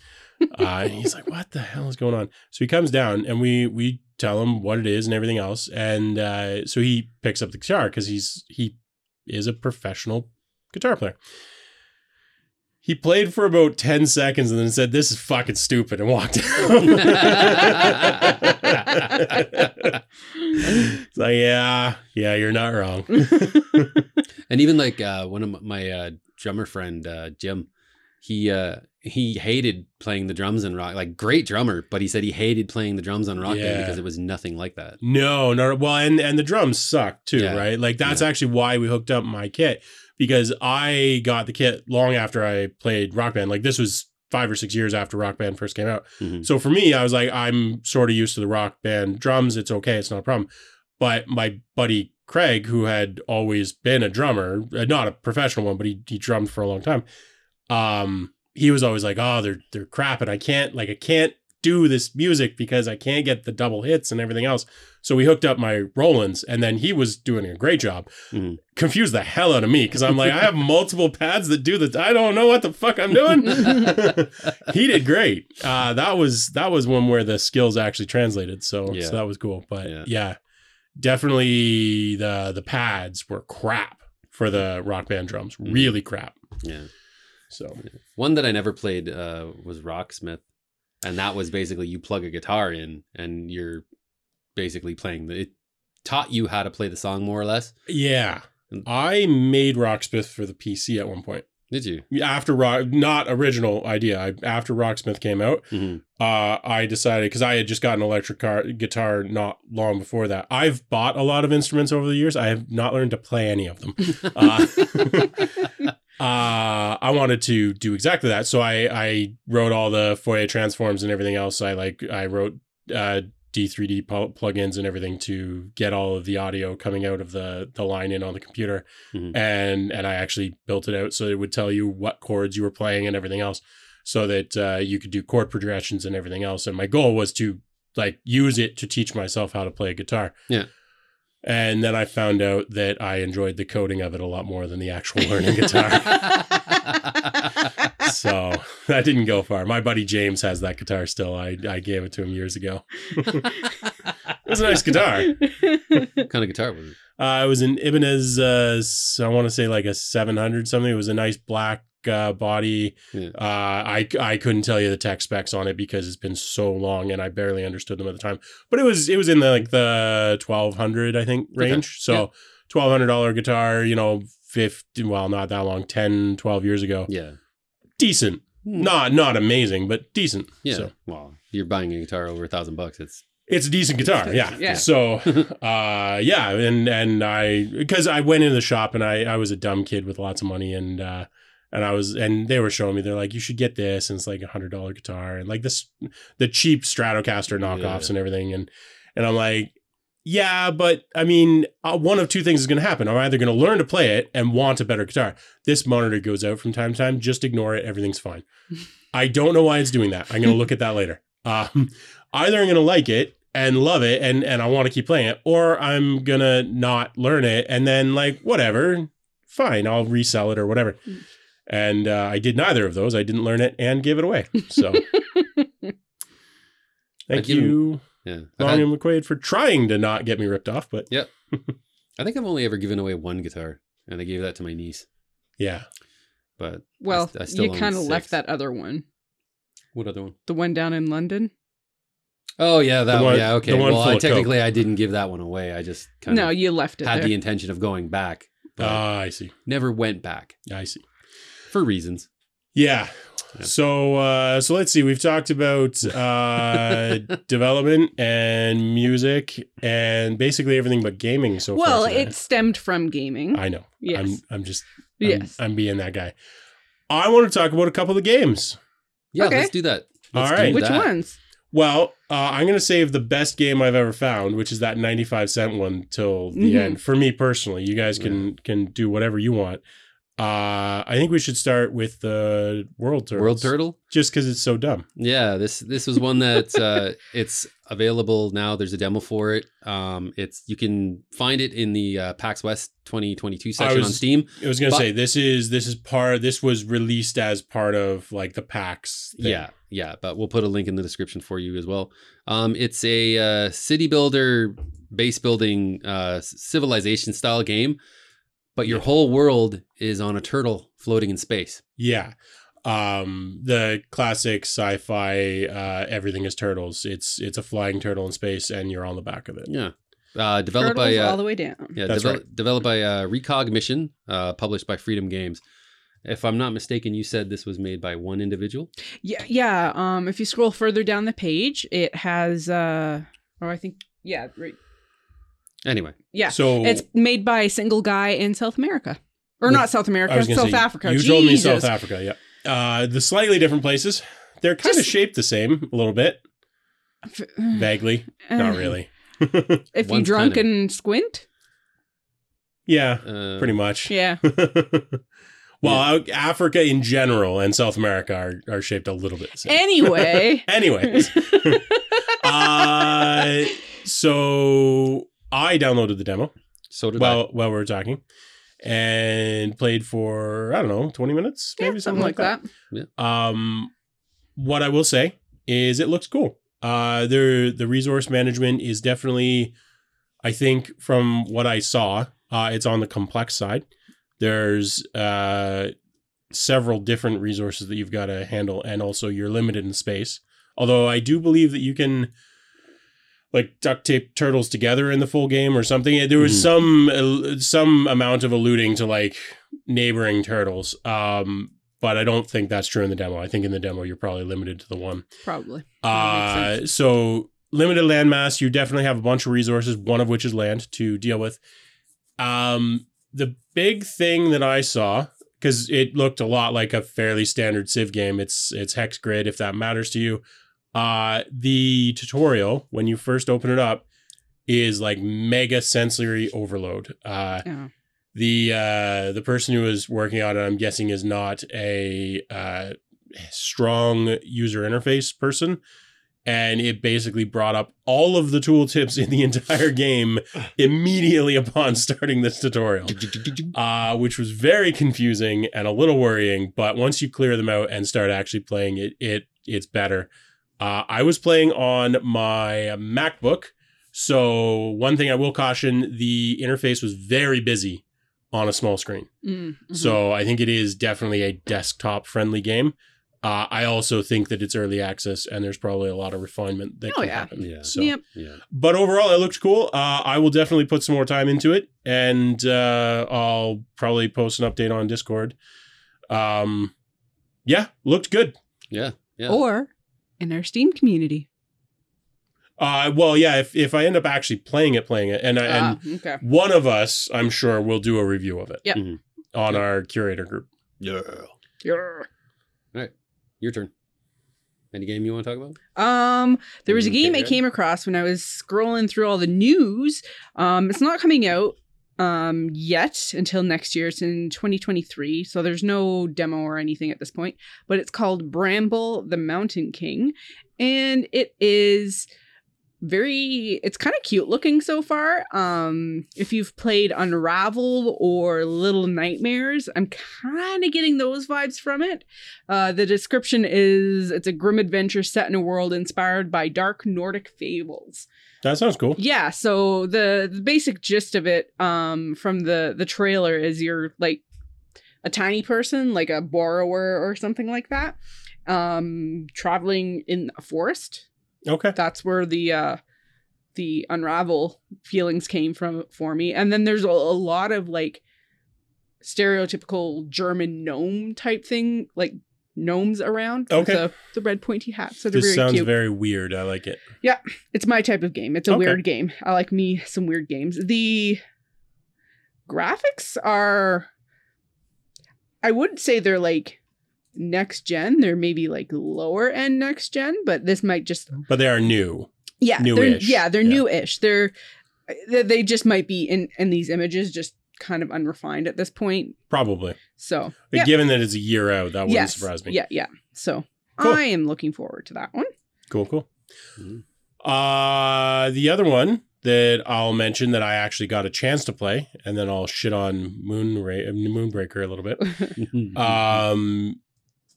A: uh, and he's like, "What the hell is going on?" So he comes down, and we we tell him what it is and everything else, and uh, so he picks up the guitar because he's he is a professional guitar player. He played for about ten seconds and then said, "This is fucking stupid," and walked out. it's like, yeah, yeah, you're not wrong.
B: And even like uh, one of my- my uh, drummer friend uh, Jim, he uh, he hated playing the drums in rock. Like great drummer, but he said he hated playing the drums on rock band
A: Yeah.
B: because it was nothing like that.
A: No, no. Well, and and the drums suck too,
B: Yeah.
A: right? Like that's actually why we hooked up my kit because I got the kit long after I played Rock Band. Like this was five or six years after Rock Band first came out.
B: Mhm.
A: So for me, I was like, I'm sort of used to the Rock Band drums. It's okay. It's not a problem. But my buddy Craig, who had always been a drummer, uh, not a professional one, but he he drummed for a long time. Um, he was always like, "Oh, they're they're crap, and I can't like I can't do this music because I can't get the double hits and everything else." So we hooked up my Roland's, and then he was doing a great job.
B: Mhm.
A: Confused the hell out of me because I'm like, I have multiple pads that do the. I don't know what the fuck I'm doing. he did great. Uh, that was that was one where the skills actually translated, so
B: Yeah.
A: so that was cool. But
B: Yeah.
A: yeah, definitely the the pads were crap for the rock band drums.
B: Mhm.
A: Really crap.
B: Yeah.
A: So
B: One that I never played uh, was Rocksmith, and that was basically you plug a guitar in and you're basically playing the. It taught you how to play the song more or less.
A: yeah, I made Rocksmith for the PC at one point.
B: Did you?
A: After rock, not original idea. I, after Rocksmith came out,
B: Mhm.
A: uh, I decided because I had just gotten an electric car, guitar not long before that. I've bought a lot of instruments over the years. I have not learned to play any of them. Uh, uh, I wanted to do exactly that, so I I wrote all the Fourier transforms and everything else. I like I wrote uh, D3D pl- plugins and everything to get all of the audio coming out of the the line in on the computer,
B: Mhm.
A: and and I actually built it out so it would tell you what chords you were playing and everything else, so that uh, you could do chord progressions and everything else. And my goal was to like use it to teach myself how to play guitar.
B: Yeah.
A: And then I found out that I enjoyed the coding of it a lot more than the actual learning guitar. so that didn't go far. My buddy James has that guitar still. I, I gave it to him years ago. It was a nice guitar.
B: what kind of guitar was it?
A: Uh, it was an Ibanez, uh, s- I want to say like a 700 something. It was a nice black uh, body.
B: Yeah.
A: Uh, I, I couldn't tell you the tech specs on it because it's been so long and I barely understood them at the time. But it was it was in the like the 1200 I think
B: Okay.
A: range. So $1200 guitar, you know, 50 well not that long, 10 12 years ago.
B: Yeah. Hmm.
A: Decent. Not not amazing, but decent.
B: Yeah.
A: So
B: Well, you're buying a guitar over a thousand bucks. It's
A: it's a decent guitar. Yeah.
C: Yeah.
A: So uh yeah, and and I because I went into the shop and I I was a dumb kid with lots of money and uh and I was and they were showing me they're like you should get this and it's like a hundred dollar guitar and like this the cheap Stratocaster knockoffs
B: Yeah.
A: and everything and and I'm like yeah but I mean uh, one of two things is going to happen I'm either going to learn to play it and want a better guitar this monitor goes out from time to time just ignore it everything's fine I don't know why it's doing that I'm going to look at that later um, either I'm going to like it and love it and and I want to keep playing it or I'm going to not learn it and then like whatever fine I'll resell it or whatever
C: Mm.
A: and uh, I did neither of those I didn't learn it and give it away so thank
B: give 'em-
A: you
B: yeah. I've had-
A: Lonnie McQuaid for trying to not get me ripped off but
B: I think I've only ever given away one guitar, and I gave that to my niece.
A: yeah
B: But
C: well,
B: I still
C: you
B: own
C: kind of left
B: six.
C: that other one,
B: what other one?
C: the one down in London.
B: Oh yeah, that
A: The
B: one.
A: one-
B: Yeah, okay.
A: the one
B: well,
A: full
B: I,
A: of Coke.
B: technically I didn't give that one away. I just kind
C: No,
B: of
C: you left it
B: had
C: there.
B: the intention of going back, but
A: Ah, I see
B: never went back
A: I see
B: for reasons.
A: Yeah.
B: Yeah.
A: So uh, so let's see. We've talked about uh, development and music and basically everything but gaming so far.
C: well,
A: today.
C: it stemmed from gaming.
A: I know.
C: yes,
A: I'm I'm just I'm,
C: yes.
A: I'm being that guy. I want to talk about a couple of games.
B: Yeah,
C: Okay.
B: let's do that.
A: All
B: Let's do
A: right.
C: Which
B: that.
C: ones?
A: Well, uh, I'm going to save the best game I've ever found, which is that 95 cent one till the
C: Mhm.
A: end. For me personally, you guys can can do whatever you want. Uh, I think we should start with the world turtles.
B: World Turtle.
A: just because it's so dumb.
B: Yeah, this this was one that uh, it's available now. There's a demo for it. Um, it's you can find it in the uh, PAX West 2022 section on
A: was-
B: Steam.
A: I was gonna
B: But-
A: say this is this is part this was released as part of like the PAX. thing.
B: Yeah, yeah, but we'll put a link in the description for you as well. Um, it's a uh, city builder, base building, uh, civilization style game, but your whole world is on a turtle floating in space.
A: yeah. Um, the classic sci-fi uh, everything is turtles. It's it's a flying turtle in space, and you're on the back of it.
B: Yeah, uh,
C: Turtles
B: developed by uh,
C: all the way down.
B: yeah,
A: That's
B: devel- developed by uh, Recog Mission, uh, published by Freedom Games. If I'm not mistaken, you said this was made by one individual.
C: Yeah, yeah. Um, if you scroll further down the page, it has uh, or I think yeah, right,
B: Anyway,
C: yeah.
A: So
C: it's made by a single guy in South America, or
A: With-
C: not South
A: I
C: America,
A: was gonna
C: South
A: say,
C: Africa.
A: You told me
C: Jesus.
A: South Africa. Yeah. Uh, the slightly different places. They're kind of
C: Just-
A: shaped the same a little bit,
C: F-
A: vaguely.
C: uh,
A: Not really.
C: If you
B: One's
C: drunk
B: tiny.
C: and squint,
A: Yeah,
B: uh,
A: pretty much.
C: yeah,
A: well, Africa in general and South America are, are shaped a little bit. the same.
C: Anyway,
A: Anyways, uh, so I downloaded the demo
B: so did I.
A: while while we were talking, and played for I don't know twenty minutes,
C: Yeah,
A: maybe something like that.
C: that.
A: Um, what I will say is it looks cool. Uh, the the resource management is definitely, I think, from what I saw, uh, it's on the complex side. There's uh, several different resources that you've got to handle, and also you're limited in space. Although I do believe that you can, like, duct tape turtles together in the full game or something. There was
B: Mhm.
A: some el- some amount of alluding to like neighboring turtles. Um, but I don't think that's true in the demo. I think in the demo you're probably limited to the one.
C: Probably. That makes
A: Uh, so limited landmass, you definitely have a bunch of resources, one of which is land to deal with. Um, the big thing that I saw because it looked a lot like a fairly standard Civ game. It's it's hex grid if that matters to you. Uh, the tutorial when you first open it up is like mega sensory overload. Uh,
C: Yeah.
A: the uh, the person who is working on it, I'm guessing, is not a uh, strong user interface person, and it basically brought up all of the tooltips in the entire game immediately upon starting this tutorial, uh, which was very confusing and a little worrying. But once you clear them out and start actually playing it, it it's better. Uh, I was playing on my MacBook. So, one thing I will caution the interface was very busy on a small screen.
C: Mm, mhm.
A: So I think it is definitely a desktop friendly game. Uh, I also think that it's early access and there's probably a lot of refinement that
C: Oh,
A: can
C: yeah.
A: happen.
B: Yeah.
A: So,
C: Yep.
B: yeah,
A: but overall, it looked cool. Uh, I will definitely put some more time into it and uh, I'll probably post an update on Discord. Um, yeah, looked good.
B: Yeah. Yeah.
C: or in our Steam community.
A: Uh, well, yeah, if, if I end up actually playing it, playing it, and I, and
C: Ah, okay.
A: one of us, I'm sure, will do a review of it
C: Yep.
B: Mhm.
A: on our curator group.
B: Yeah.
C: Yeah.
B: Your turn. Any game you want to talk about?
C: Um, there was a
B: Mm,
C: game
B: okay.
C: I came across when I was scrolling through all the news. Um, it's not coming out um yet until next year. It's in 2023, so there's no demo or anything at this point. But it's called Bramble the Mountain King, and it is very it's kind of cute looking so far um if you've played unravel or little nightmares i'm kind of getting those vibes from it uh, the description is it's a grim adventure set in a world inspired by dark Nordic fables.
A: That sounds cool.
C: Yeah, so the, the basic gist of it um, from the the trailer is you're like a tiny person, like a borrower or something like that, um, traveling in a forest.
A: Okay.
C: That's where the uh, the unravel feelings came from for me. And then there's a, a lot of like stereotypical German gnome type thing, like gnomes around. with
A: Okay.
C: The, the red pointy hat. So they're
A: This
C: very
A: sounds
C: cute.
A: very weird. I like it.
C: it's my type of game. It's a
A: Okay.
C: weird game. I like me some weird games. The graphics are I wouldn't say they're like next gen. They're maybe like lower end next gen, but this might just
A: But they are new.
C: yeah, they're,
A: Newish.
C: yeah, they're
A: Yeah.
C: newish. They're they they just might be in in these images just kind of unrefined at this point.
A: Probably.
C: So
A: But
C: yeah.
A: Given that it's a year out, that wouldn't
C: Yes.
A: surprise me.
C: Yeah, yeah. So
A: Cool.
C: I am looking forward to that one.
A: Cool, cool.
B: Mhm.
A: Uh, the other one that I'll mention that I actually got a chance to play, and then I'll shit on Moonra- Moonbreaker a little bit.
C: Uh,
A: Um,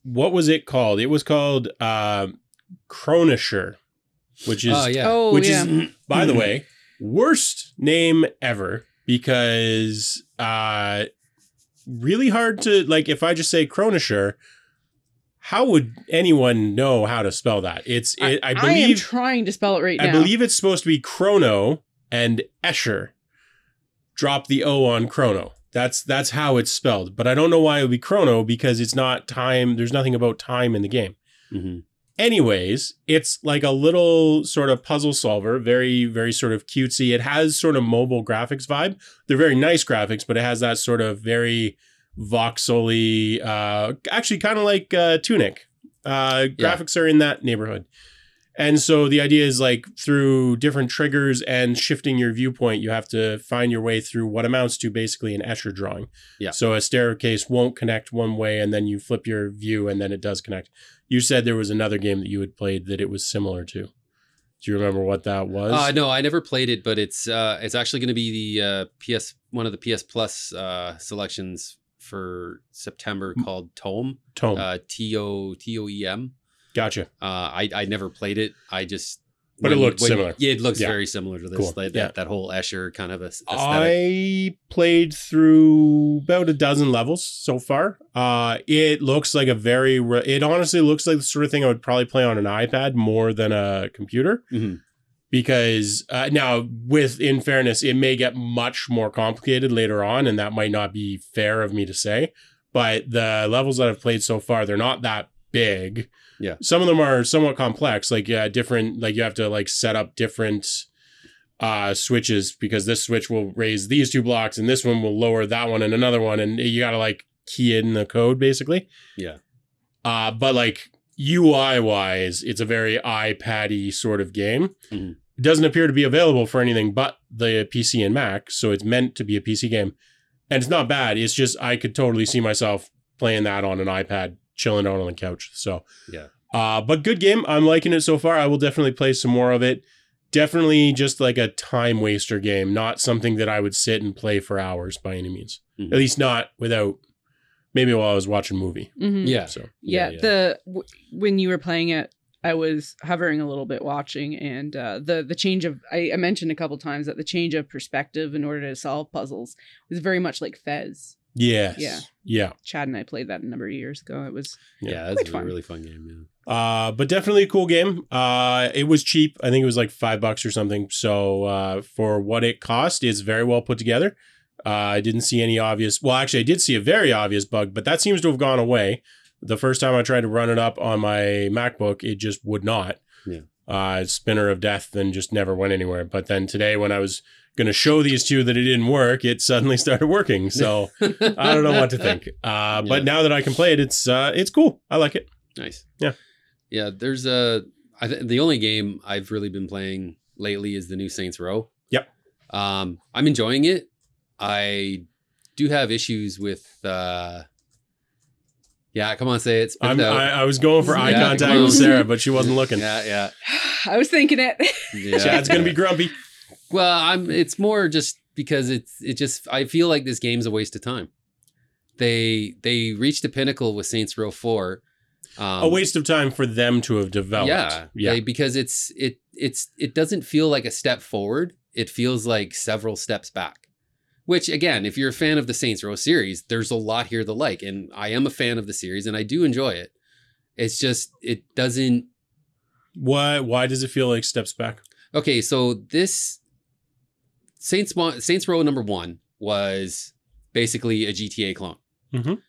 A: what was it called? It was called uh, Cronisher, which is,
B: oh yeah.
C: Oh
A: which
C: yeah.
A: is, by the way, worst name ever because uh, really hard to like. If I just say Cronisher, how would anyone know how to spell that? It's, it, I,
C: am
A: believe,
C: trying to spell it right
A: I,
C: now.
A: believe it's supposed to be Chrono and Escher. Drop the O on Chrono. That's that's how it's spelled. But I don't know why it would be Chrono because it's not time. There's nothing about time in the game.
B: Mhm.
A: Mm-hmm. Anyways, it's like a little sort of puzzle solver, very, very sort of cutesy. It has sort of mobile graphics vibe. They're very nice graphics, but it has that sort of very voxely, uh, actually kind of like uh, Tunic. Uh,
B: Yeah.
A: graphics are in that neighborhood. And so the idea is like through different triggers and shifting your viewpoint, you have to find your way through what amounts to basically an Escher drawing.
B: Yeah.
A: So a staircase won't connect one way, and then you flip your view, and then it does connect. You said there was another game that you had played that it was similar to. Do you remember what that was?
B: Uh, no, I never played it, but it's uh, it's actually going to be the uh, PS one of the PS Plus uh, selections for September called Tome,
A: Mm. Tome.
B: uh, T O T O E M.
A: gotcha.
B: Uh, I I never played it. I just
A: But it looked similar.
B: Yeah, it looks
A: Yeah.
B: very similar to this.
A: Cool.
B: Like that,
A: Yeah.
B: that whole Escher kind of a, aesthetic.
A: I played through about a dozen levels so far. Uh, it looks like a very, re- it honestly looks like the sort of thing I would probably play on an iPad more than a computer.
B: Mhm.
A: Because uh, now, with in fairness, it may get much more complicated later on, and that might not be fair of me to say. But the levels that I've played so far, they're not that big.
B: Yeah.
A: some of them are somewhat complex. Like yeah, different. Like you have to like set up different uh switches because this switch will raise these two blocks and this one will lower that one and another one and you gotta like key in the code basically
B: Yeah.
A: uh but like ui wise it's a very ipad sort of game
B: Mhm.
A: it doesn't appear to be available for anything but the pc and mac so it's meant to be a pc game and it's not bad it's just i could totally see myself playing that on an ipad chilling out on the couch so
B: Yeah.
A: uh but good game i'm liking it so far i will definitely play some more of it definitely just like a time waster game, not something that I would sit and play for hours by any means.
B: Mhm.
A: At least not without maybe while I was watching a movie.
C: Mhm.
B: yeah.
A: So
B: Yeah,
C: yeah,
B: yeah.
C: the w- when you were playing it i was hovering a little bit watching and uh, the the change of I, I mentioned a couple times that the change of perspective in order to solve puzzles was very much like fez
A: yes.
C: Yeah.
A: Yeah.
C: chad and i played that a number of years ago it was
A: Yeah.
B: Yeah,
C: Quite
B: that's a
C: fun.
B: really fun game.
A: Uh but definitely a cool game. Uh it was cheap. I think it was like five bucks or something. So uh for what it cost, it's very well put together. Uh, I didn't see any obvious. Well, actually, I did see a very obvious bug, but that seems to have gone away. The first time I tried to run it up on my MacBook, it just would not.
B: Yeah.
A: Uh, spinner of death and just never went anywhere. But then today, when I was going to show these two that it didn't work, it suddenly started working. So I don't know what to think. Uh,
B: Yeah.
A: But now that I can play it, it's uh, it's cool. I like it.
B: Nice.
A: Yeah.
B: Yeah. There's a. I th- the only game I've really been playing lately is the new Saints Row.
A: Yep.
B: Um, I'm enjoying it. I do have issues with. uh Yeah, come on, say it. Spit
A: I'm,
B: it out.
A: I, I was going for eye
B: Yeah,
A: contact
B: come
A: with
B: on.
A: Sarah, but she wasn't looking.
B: Yeah, yeah,
C: I was thinking it.
B: yeah.
A: Chad's going to be grumpy.
B: Well, I'm. It's more just because it's. It just. I feel like this game's a waste of time. They they reached a pinnacle with Saints Row Four. Um,
A: a waste of time for them to have developed.
B: Yeah,
A: Yeah.
B: they- because it's it it's it doesn't feel like a step forward. It feels like several steps back. Which again, if you're a fan of the Saints Row series, there's a lot here to like, and I am a fan of the series, and I do enjoy it. It's just it doesn't.
A: why, why does it feel like steps back?
B: Okay, so this Saints Mo- Saints Row number one was basically a GTA clone.
A: Mhm.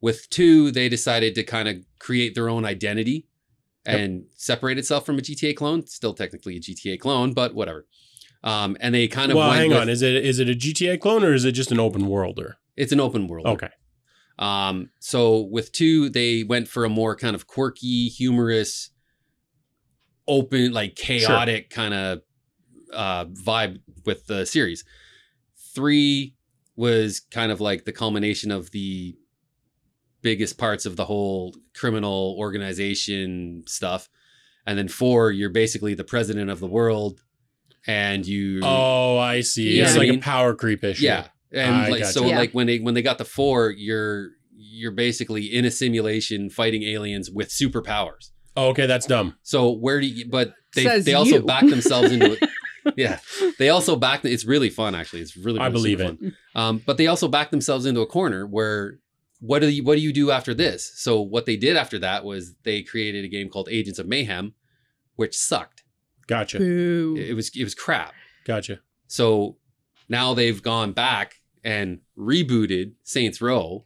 B: With two, they decided to kind of create their own identity
A: Yep.
B: and separate itself from a GTA clone. Still technically a GTA clone, but whatever. Um, and they kind of
A: well,
B: went
A: hang
B: with-
A: on. Is it is it a GTA clone or is it just an open worlder?
B: It's an open world.
A: Okay.
B: Um, so with two, they went for a more kind of quirky, humorous, open, like chaotic kind of uh, vibe with the series. Three was kind of like the culmination of the biggest parts of the whole criminal organization stuff. And then four, you're basically the president of the world and you
A: Oh, I see.
C: Yeah.
A: It's
C: I
A: like
B: mean-
A: a power creep issue.
B: yeah, and
A: I
B: like so,
C: gotcha.
B: like when they when they got the four, you're you're basically in a simulation fighting aliens with superpowers.
A: Oh, okay, that's dumb.
B: So where do you? But they
C: Says
B: they also
C: you.
B: back themselves into it. Yeah, they also back. It's really fun, actually. It's really,
A: I
B: really
A: believe
B: super
A: it.
B: fun. Um, but they also back themselves into a corner where what do you what do you do after this? So what they did after that was they created a game called Agents of Mayhem, which sucked.
A: Gotcha.
C: Boo.
B: It was it was crap.
A: Gotcha.
B: So now they've gone back and rebooted Saints Row,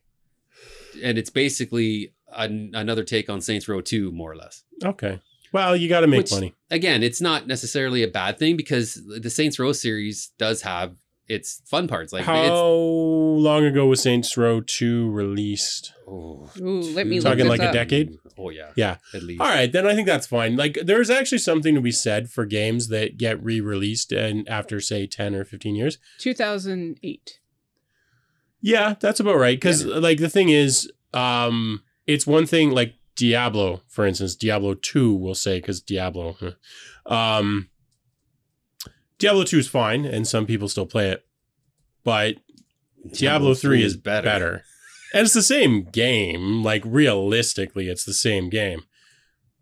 B: and it's basically an, another take on Saints Row 2, more or less.
A: Okay. Well, you got to make
B: Which-
A: money.
B: Again, it's not necessarily a bad thing because the Saints Row series does have its fun parts. Like,
A: How
B: it's,
A: long ago was Saints Row 2 released?
B: oh,
C: Ooh, let me
B: two-
C: look Talking this like a up.
A: decade?
B: Oh yeah,
A: Yeah.
B: at least.
A: All right, then I think that's fine. Like there's actually something to be said for games that get re-released and after say 10 or 15 years.
C: 2008.
A: Yeah, that's about right. Because
B: Yeah.
A: like the thing is, um, it's one thing like Diablo, for instance, Diablo two, we'll say because Diablo, huh. um, Diablo two is fine, and some people still play it, but Diablo three is better. and it's the same game. Like realistically, it's the same game,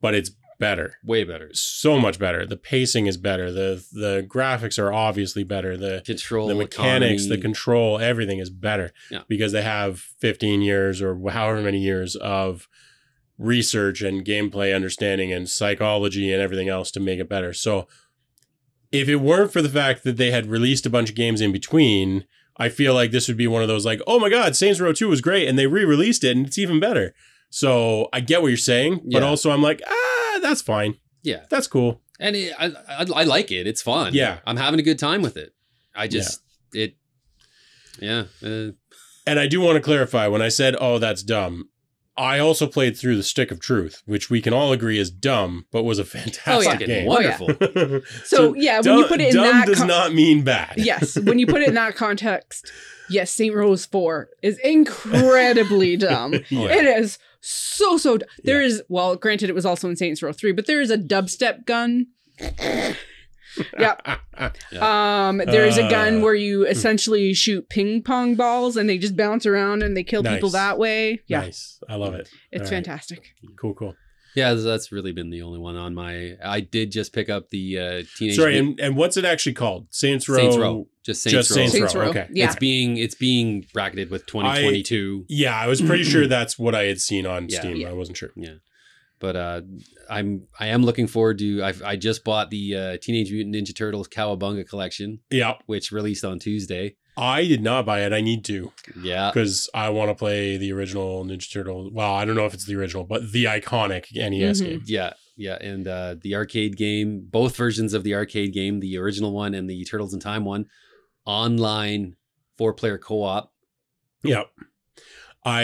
A: but it's better
B: way better.
A: so much better the pacing is better the the graphics are obviously better the
B: Control
A: the mechanics, the
B: economy.
A: control, everything is better
B: Yeah.
A: because they have 15 years or however many years of research and gameplay understanding and psychology and everything else to make it better. So, if it weren't for the fact that they had released a bunch of games in between, I feel like this would be one of those like, oh my God, Saints Row 2 was great and they re released it and it's even better. So, I get what you're saying, but
B: Yeah.
A: also I'm like, ah, that's fine.
B: Yeah.
A: That's cool.
B: and it, I, I I like it. It's fun.
A: Yeah.
B: I'm having a good time with it. I just it. Yeah, uh,
A: And I do want to clarify when I said, oh, that's dumb. I also played through the Stick of Truth, which we can all agree is dumb, but was a
C: Oh, yeah.
A: fantastic
B: fucking
A: game.
B: wonderful.
A: so
C: So, yeah, when
A: dumb,
C: you put it in
A: dumb
C: that
A: does
C: con-
A: not mean bad.
C: yes, when you put it in that context, yes, St. Rose 4 is incredibly dumb.
A: Yeah.
C: It is so so. d- There is well, granted, it was also in Saints Row three, but there is a dubstep gun. Um, there is a gun
A: Uh.
C: where you essentially shoot ping pong balls and they just bounce around and they kill people
A: Nice.
C: that way. Yeah,
A: Nice. I love it. All
C: it's
A: right.
C: fantastic.
A: Cool, cool.
B: yeah. That's really been the only one on my. I did just pick up the uh, teenage
A: Sorry,
B: Mut-
A: and, and what's it actually called? Saints Row.
B: Saints Row. Just Saints
A: just
B: Row.
A: Saints Row.
C: Saints Row,
A: Okay.
C: yeah.
B: It's being it's being bracketed with 2022.
A: Yeah, I was pretty sure that's what I had seen on
B: Yeah.
A: Steam.
C: Yeah.
A: I wasn't sure.
B: but uh, I'm I am looking forward to. I've, I just bought the uh, Teenage Mutant Ninja Turtles Cowabunga collection,
A: Yeah.
B: which released on Tuesday.
A: I did not buy it. I need to
B: Yeah.
A: because I want to play the original Ninja Turtle. Well, I don't know if it's the original, but the iconic NES
C: Mhm.
A: game.
B: Yeah. Yeah. And uh, the arcade game, both versions of the arcade game, the original one and the Turtles in Time one, online four player co op.
A: Yep. I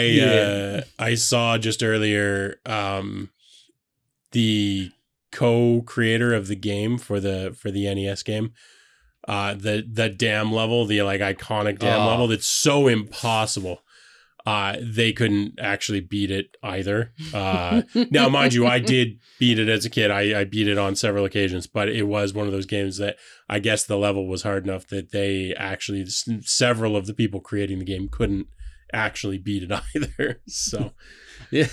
A: uh,
B: Yeah.
A: I saw just earlier um, the co-creator of the game for the for the NES game. Uh, the the dam level, the like iconic dam
B: Oh.
A: level that's so impossible. Uh, they couldn't actually beat it either. Uh, now, mind you, I did beat it as a kid. I, I beat it on several occasions, but it was one of those games that I guess the level was hard enough that they actually, s- several of the people creating the game couldn't actually beat it either. So,
B: Yeah.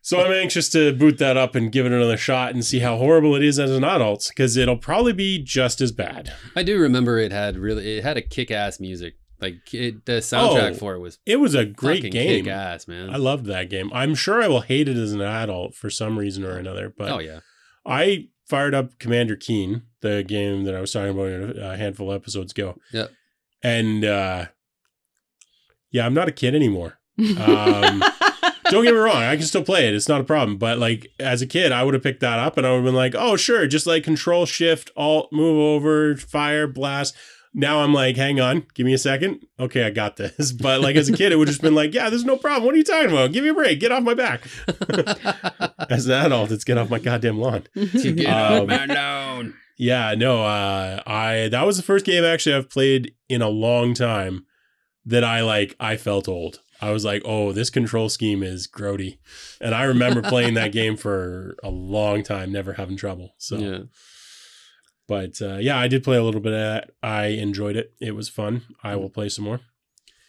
A: So I'm anxious to boot that up and give it another shot and see how horrible it is as an adult because it'll probably be just as bad.
B: I do remember it had really, it had a kick ass music. Like it, the soundtrack
A: Oh,
B: for it was
A: It was a great
B: fucking
A: game.
B: kick ass, man.
A: I loved that game. I'm sure I will hate it as an adult for some reason or another, but
B: oh, yeah.
A: I fired up Commander Keen, the game that I was talking about a handful of episodes ago.
B: Yep.
A: And uh, yeah, I'm not a kid anymore. Um, Don't get me wrong, I can still play it. It's not a problem. But like as a kid, I would have picked that up and I would have been like, oh, sure, just like control shift, alt, move over, fire, blast. Now I'm like, hang on, give me a second. Okay, I got this. But like as a kid, it would have just been like, yeah, there's no problem. What are you talking about? Give me a break. Get off my back. As an adult, it's get off my goddamn lawn.
B: to get
A: Um,
B: off my lawn.
A: Yeah, no, uh I that was the first game actually I've played in a long time that I like I felt old. I was like, "Oh, this control scheme is grody." And I remember playing that game for a long time never having trouble. So,
B: Yeah.
A: but uh yeah, I did play a little bit of that. I enjoyed it. It was fun. I will play some more.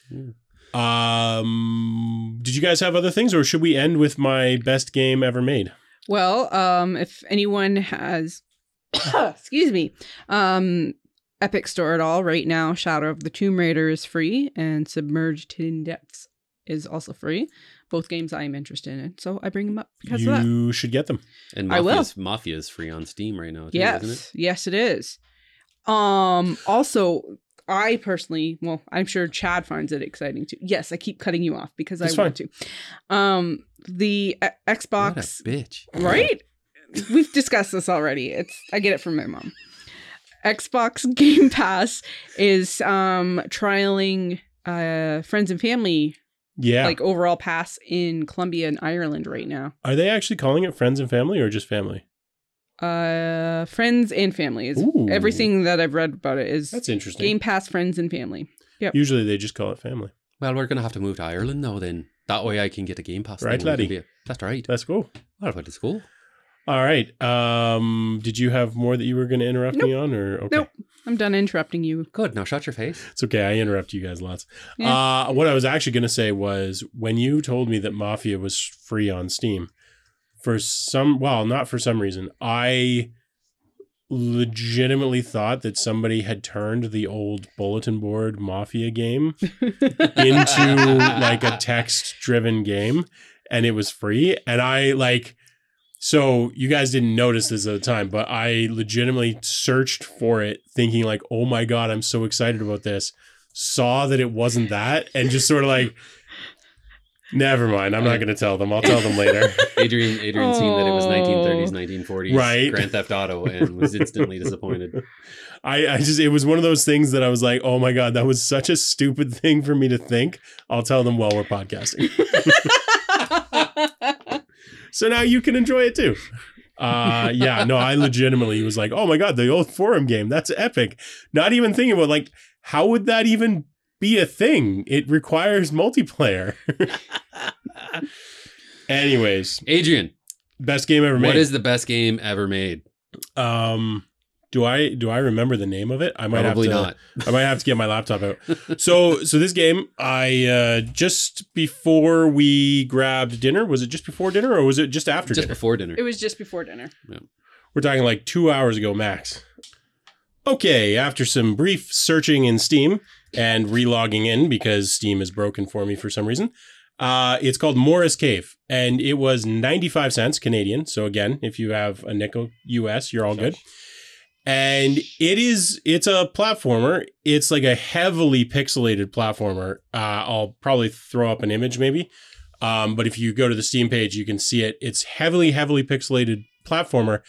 B: Hmm.
A: Um did you guys have other things or should we end with my best game ever made?
C: Well, um, if anyone has, excuse me, um, Epic Store at all right now, Shadow of the Tomb Raider is free, and Submerged in Depths is also free. Both games I am interested in, so I bring them up because of that.
A: You should get them.
B: And
C: I will.
B: Mafia's, Mafia is free on Steam right now, too, isn't it?
C: Yes, yes, it is. Um, also. I personally, well, I'm sure Chad finds it exciting too. Yes, I keep cutting you off because
A: That's
C: I want to. Um, the uh,
B: What a
C: Xbox
B: bitch.
C: Right? We've discussed this already. It's I get it from my mom. Xbox Game Pass is um trialing uh friends and family
A: Yeah.
C: like overall pass in Colombia and Ireland right now.
A: Are they actually calling it friends and family or just family?
C: Uh friends and family is
A: Ooh.
C: everything that I've read about it is
A: That's interesting.
C: Game Pass friends and family.
A: Usually they just call it family.
B: Well, we're going to have to move to Ireland now then. That way I can get a Game Pass.
A: Right,
B: thing. We
A: laddie.
B: can be- That's right.
A: That's cool.
B: What about the school?
A: All right. Um, did you have more that you were going to interrupt me on, or okay?
C: Nope. I'm done interrupting you.
B: Good. Now shut your face.
A: It's okay. I interrupt you guys lots.
C: Yeah.
A: Uh, what I was actually going to say was when you told me that Mafia was free on Steam, for some well, not for some reason, I legitimately thought that somebody had turned the old bulletin board Mafia game into like a text driven game and it was free and i like so you guys didn't notice this at the time but i legitimately searched for it thinking like oh my god i'm so excited about this saw that it wasn't that and just sort of like never mind i'm not going to tell them i'll tell them later
B: Adrian, Adrian seen that it was
C: Oh.
B: 1930s, 1940s
A: Right.
B: Grand Theft Auto and was instantly disappointed.
A: I, I just it was one of those things that i was like oh my god that was such a stupid thing for me to think i'll tell them while we're podcasting So now you can enjoy it too. Uh yeah, no, I legitimately was like, oh my god, the old forum game, that's epic. Not even thinking about like how would that even be a thing? It requires multiplayer. Anyways,
B: Adrian,
A: best game ever made.
B: what is the best game ever made?
A: um do I do I remember the name of it? I might
B: Probably
A: have to,
B: not.
A: I might have to get my laptop out. So so this game, I uh just before we grabbed dinner, was it just before dinner or was it just after
B: Just
A: dinner?
B: before dinner.
C: It was just before dinner.
A: We're talking like two hours ago, max. Okay, after some brief searching in Steam and relogging in because Steam is broken for me for some reason, uh, it's called Morris Cave and it was 95 cents Canadian. So, again, if you have a nickel US, you're all good. and it is it's a platformer it's like a heavily pixelated platformer uh, i'll probably throw up an image maybe um, but if you go to the steam page you can see it it's heavily heavily pixelated platformer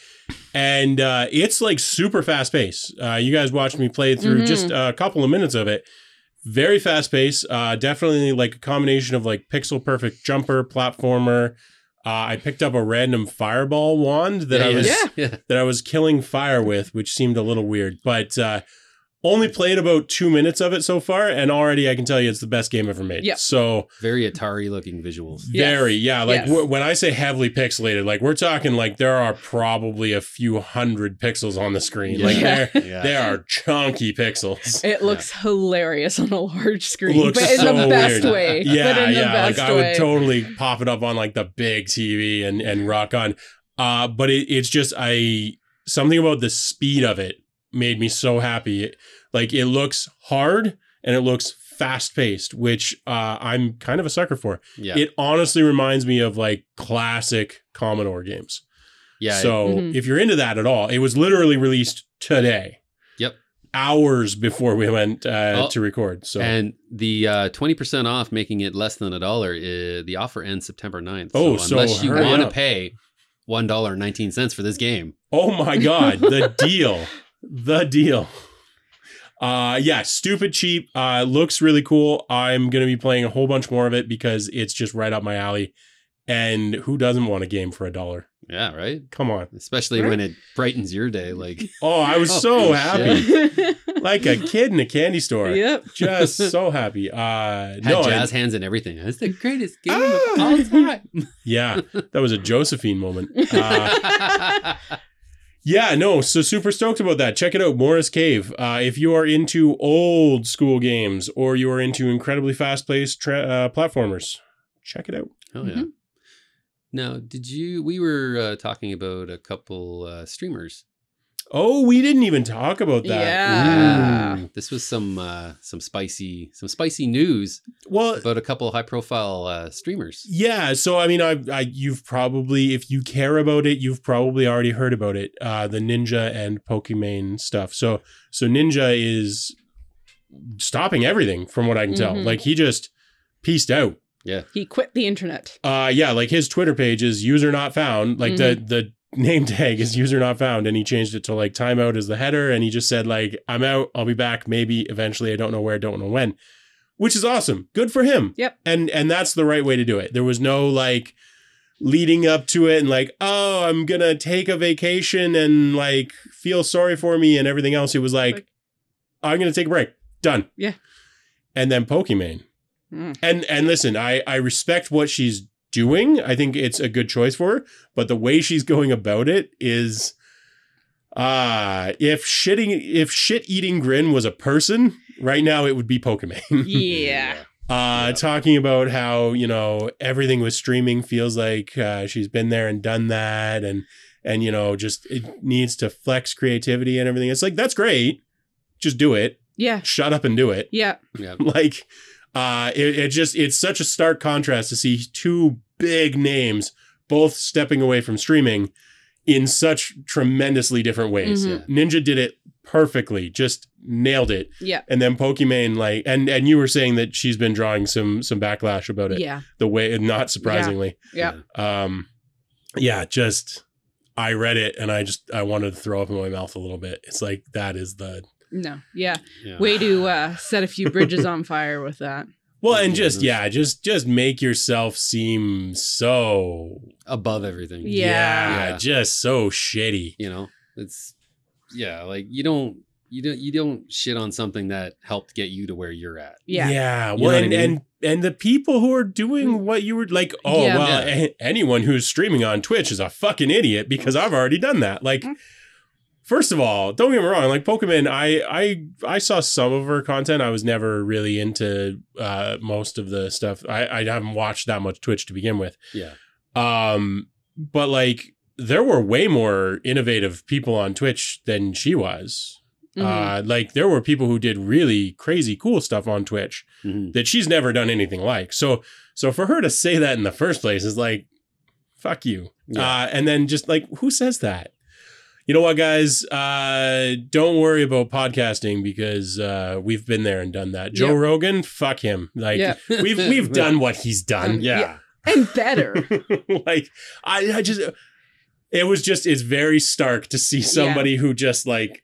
A: and uh, it's like super fast pace uh, you guys watched me play through
C: Mhm.
A: just a couple of minutes of it very fast pace uh, definitely like a combination of like pixel perfect jumper platformer uh, I picked up a random fireball wand that I
B: yeah,
A: was
C: Yeah.
B: yeah.
A: that I was killing fire with, which seemed a little weird, but uh, only played about two minutes of it so far, and already I can tell you it's the best game ever made.
C: Yep.
A: So
B: Very Atari looking visuals.
C: Yes.
A: very, yeah. Like
C: Yes.
A: w- when I say heavily pixelated, like we're talking like there are probably a few hundred pixels on the screen. Like
C: Yeah.
A: they're they are chunky pixels.
C: It looks hilarious on a large screen,
A: Looks
C: but in
A: so
C: the best
A: weird.
C: way. but
A: Yeah,
C: in the
A: yeah. Like
C: best
A: I
C: way.
A: would totally pop it up on like the big TV and and rock on. Uh, but it, it's just I something about the speed of it made me so happy. It, like it looks hard and it looks fast paced, which uh, I'm kind of a sucker for.
B: Yeah.
A: It honestly reminds me of like classic Commodore games.
B: yeah.
A: So
C: Mhm.
A: if you're into that at all, it was literally released today.
B: Yep.
A: Hours before we went uh,
B: Oh,
A: to record. So
B: And the uh, twenty percent off, making it less than a dollar. Uh, the offer ends September 9th.
A: Oh, so
B: unless you
A: hurry
B: want to
A: up.
B: pay one dollar and nineteen cents for this game,
A: Oh my god, the deal. The deal. Uh yeah, stupid cheap. Uh looks really cool. I'm going to be playing a whole bunch more of it because it's just right up my alley. And who doesn't want a game for a dollar?
B: yeah, right.
A: Come on.
B: Especially when it brightens your day, like
A: Oh, I was
B: Oh,
A: so
B: shit.
A: happy. Like a kid in a candy store.
C: yep.
A: Just so happy. Uh
B: had
A: no, I-
B: jazz hands and everything. That's the greatest game
A: Ah!
B: of all time.
A: yeah. That was a Josephine moment. Uh Yeah, no, so super stoked about that. Check it out, Morris Cave. Uh, if you are into old school games or you are into incredibly fast paced tra- uh, platformers, check it out.
B: Oh yeah.
C: Mhm.
B: Now, did you? We were uh, talking about a couple uh, streamers.
A: Oh, we didn't even talk about that.
C: Yeah.
A: Ooh.
B: Mm, This was some uh, some spicy some spicy news
A: Well,
B: about a couple high profile uh, streamers.
A: yeah. So I mean, I, I you've probably, if you care about it, you've probably already heard about it. Uh, the Ninja and Pokimane stuff. So so Ninja is stopping everything, from what I can tell.
C: Mhm.
A: Like he just pieced out.
C: He quit the internet.
A: uh yeah like his twitter page is user not found like
C: Mm-hmm.
A: the the name tag is user not found and he changed it to like timeout as the header and he just said like i'm out i'll be back maybe eventually i don't know where don't know when which is awesome good for him
C: Yep.
A: and and that's the right way to do it there was no like leading up to it and like oh i'm gonna take a vacation and like feel sorry for me and everything else it was like
C: Like-
A: i'm gonna take a break done
C: Yeah.
A: and then pokimane
C: Mm.
A: and and listen, I I respect what she's doing. I think it's a good choice for her, but the way she's going about it is uh if shitting if shit eating grin was a person, right now it would be Pokemon.
C: Yeah.
A: Uh,
B: Yeah.
A: talking about how you know everything with streaming feels like uh, she's been there and done that, and and you know just it needs to flex creativity and everything. It's like that's great, just do it.
C: Yeah.
A: Shut up and do it
C: Yeah.
B: Yeah.
A: like uh it, it just it's such a stark contrast to see two big names both stepping away from streaming in such tremendously different ways
C: Mhm.
A: ninja did it perfectly just nailed it
C: Yeah.
A: and then pokimane like and and you were saying that she's been drawing some some backlash about it
C: Yeah.
A: the way and not surprisingly
C: Yeah.
A: um yeah just i read it and i just i wanted to throw up in my mouth a little bit it's like that is the
C: No. Yeah.
B: Yeah.
C: Way to uh, set a few bridges on fire with that.
A: Well, and
B: Yeah,
A: just
B: that's-
A: yeah, just just make yourself seem so
B: above everything.
C: Yeah.
B: Yeah.
A: just so shitty.
B: You know, it's yeah. Like you don't you don't you don't shit on something that helped get you to where you're at.
C: Yeah. Mm.
A: Well,
B: You know what I
A: and,
B: mean?
A: and and the people who are doing what you were like, oh
C: Yeah.
A: well,
B: Yeah.
A: a- anyone who's streaming on Twitch is a fucking idiot because I've already done that. Like
C: Mm.
A: First of all, don't get me wrong. Like Pokemon, I I I saw some of her content. I was never really into uh, most of the stuff. I, I haven't watched that much Twitch to begin with.
B: Yeah.
A: Um, but like there were way more innovative people on Twitch than she was.
C: Mhm.
A: Uh, like there were people who did really crazy cool stuff on Twitch
B: Mhm.
A: that she's never done anything like. So so for her to say that in the first place is like, fuck you.
B: Yeah.
A: Uh, and then just like who says that? You know what, guys? Uh, don't worry about podcasting because uh, we've been there and done that. Joe
C: Yeah.
A: Rogan, fuck him. Like
C: Yeah.
A: we've we've done what he's done.
C: Yeah. and better.
A: like I, I just it was just it's very stark to see somebody who just like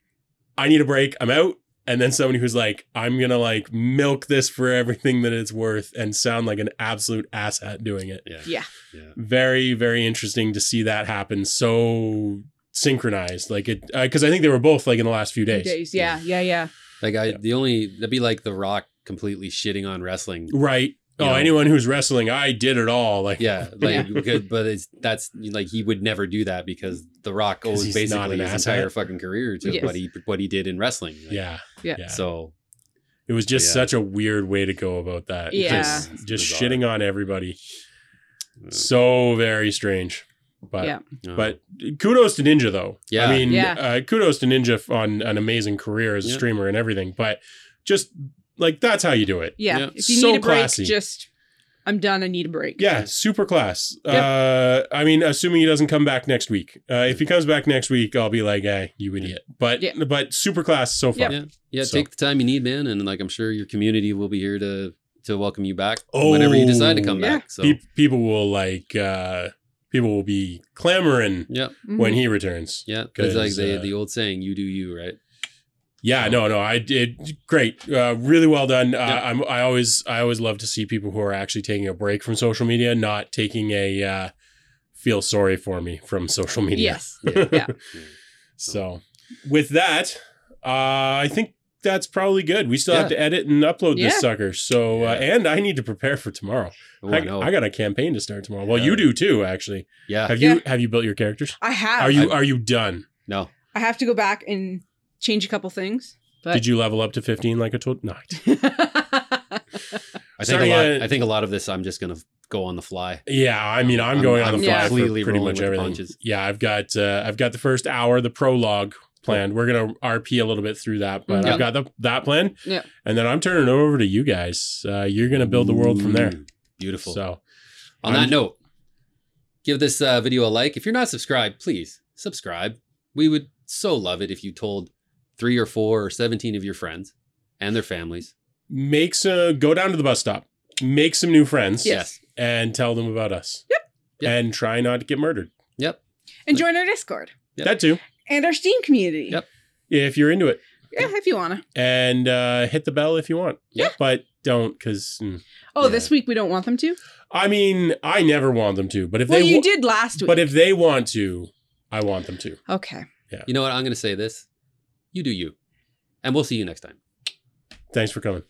A: I need a break, I'm out, and then somebody who's like I'm gonna like milk this for everything that it's worth and sound like an absolute asshat doing it.
B: Yeah.
C: Yeah.
B: Yeah.
A: Very very interesting to see that happen so synchronized like it because I think they were both like in the last few days.
C: Days. Yeah, yeah, yeah.
B: Like I,
A: Yeah.
B: the only that'd be like The Rock completely shitting on wrestling.
A: Right.
B: You
A: oh,
B: know.
A: anyone who's wrestling, I did it all. Like
B: Yeah, like good, but it's that's like he would never do that because The Rock
A: 'Cause
B: owes
A: he's not
B: basically
A: an
B: his
A: asset.
B: entire fucking career to
C: Yes.
B: what he what he did in wrestling. Like,
A: yeah.
C: Yeah.
B: So
A: It was just
B: Yeah.
A: such a weird way to go about that.
C: Yeah.
A: Just,
B: It's
A: just
B: bizarre.
A: shitting on everybody.
B: uh,
A: So very strange. But
C: Yeah.
B: uh,
A: but kudos to Ninja though.
B: Yeah.
A: I mean,
C: Yeah.
A: Uh, kudos to Ninja f- on an amazing career as a
B: Yeah.
A: streamer and everything. But just like that's how you do it.
C: Yeah.
B: Yeah.
C: If you
A: So
C: need a break,
A: classy.
C: just I'm done. I need a break.
A: Yeah, super class. Uh, I mean, assuming he doesn't come back next week. Uh, if he comes back next week, I'll be like, "Hey, you idiot!" But
C: Yeah.
A: but super class so far.
B: Yeah. yeah,
A: So-
B: take the time you need, man, and like I'm sure your community will be here to to welcome you back
A: Oh.
B: whenever you decide to come
C: Yeah.
B: back. So
A: Pe- people will like uh, people will be clamoring
B: yeah,
C: Mhm.
A: when he returns.
B: yeah, because like
A: 'Cause,
B: the
A: uh,
B: the old saying, "You do you," right?
A: Yeah,
B: So-
A: no, no, I did great, uh, really well done. Uh,
B: Yeah.
A: I'm, I always, I always love to see people who are actually taking a break from social media, not taking a uh, feel sorry for me from social media.
C: Yes.
B: Yeah.
C: Yeah.
A: So, with that, uh, I think that's probably good. We still have
B: Yeah.
A: to edit and upload
C: Yeah.
A: this sucker. So, uh,
B: Yeah.
A: and I need to prepare for tomorrow.
B: Oh,
A: I,
B: I know.
A: I got a campaign to start tomorrow. Well,
B: Yeah.
A: you do too, actually.
B: yeah.
A: Have you have you built your characters?
C: I have.
A: Are you are you done?
B: No.
C: I have to go back and change a couple things. But
A: Did you level up to fifteen like I told? No, I didn't.
B: I think
A: Starting
B: a lot.
A: at-
B: I think a lot of this. I'm just gonna go on the fly.
A: Yeah, I mean, I'm
B: I'm-
A: going
B: I'm
A: on the fly for
B: completely
A: pretty
B: rolling
A: much
B: with the
A: everything.
B: punches.
A: Yeah, I've got uh, I've got the first hour, the prologue planned. We're gonna RP a little bit through that, but
B: Mm-hmm.
C: Yeah.
A: I've got the, that plan.
C: Yeah.
A: and then I'm turning it over to you guys. Uh, you're gonna build the world from there.
B: Ooh, Beautiful.
A: So
B: On
A: I'm-
B: that note, give this uh, video a like. If you're not subscribed, please subscribe. We would so love it if you told three or four or 17 of your friends and their families.
A: make some go down to the bus stop, make some new friends,
B: Yes.
A: and tell them about us. Yep.
B: Yep.
A: And try not to get murdered.
B: Yep.
C: and join our Discord
B: Yep.
A: That too,
C: and our Steam community.
B: Yep.
A: if you're into it,
C: Yeah, if you wanna.
A: and uh, hit the bell if you want.
B: Yeah.
A: but don't because
C: Oh,
B: Yeah.
C: this week we don't want them to.
A: I mean I never want them to, but if
C: Well,
A: they
C: you
A: wa-
C: did last week.
A: But if they want to, I want them to.
C: okay.
B: You know what? I'm going to say this. You do you. And we'll see you next time.
A: Thanks for coming.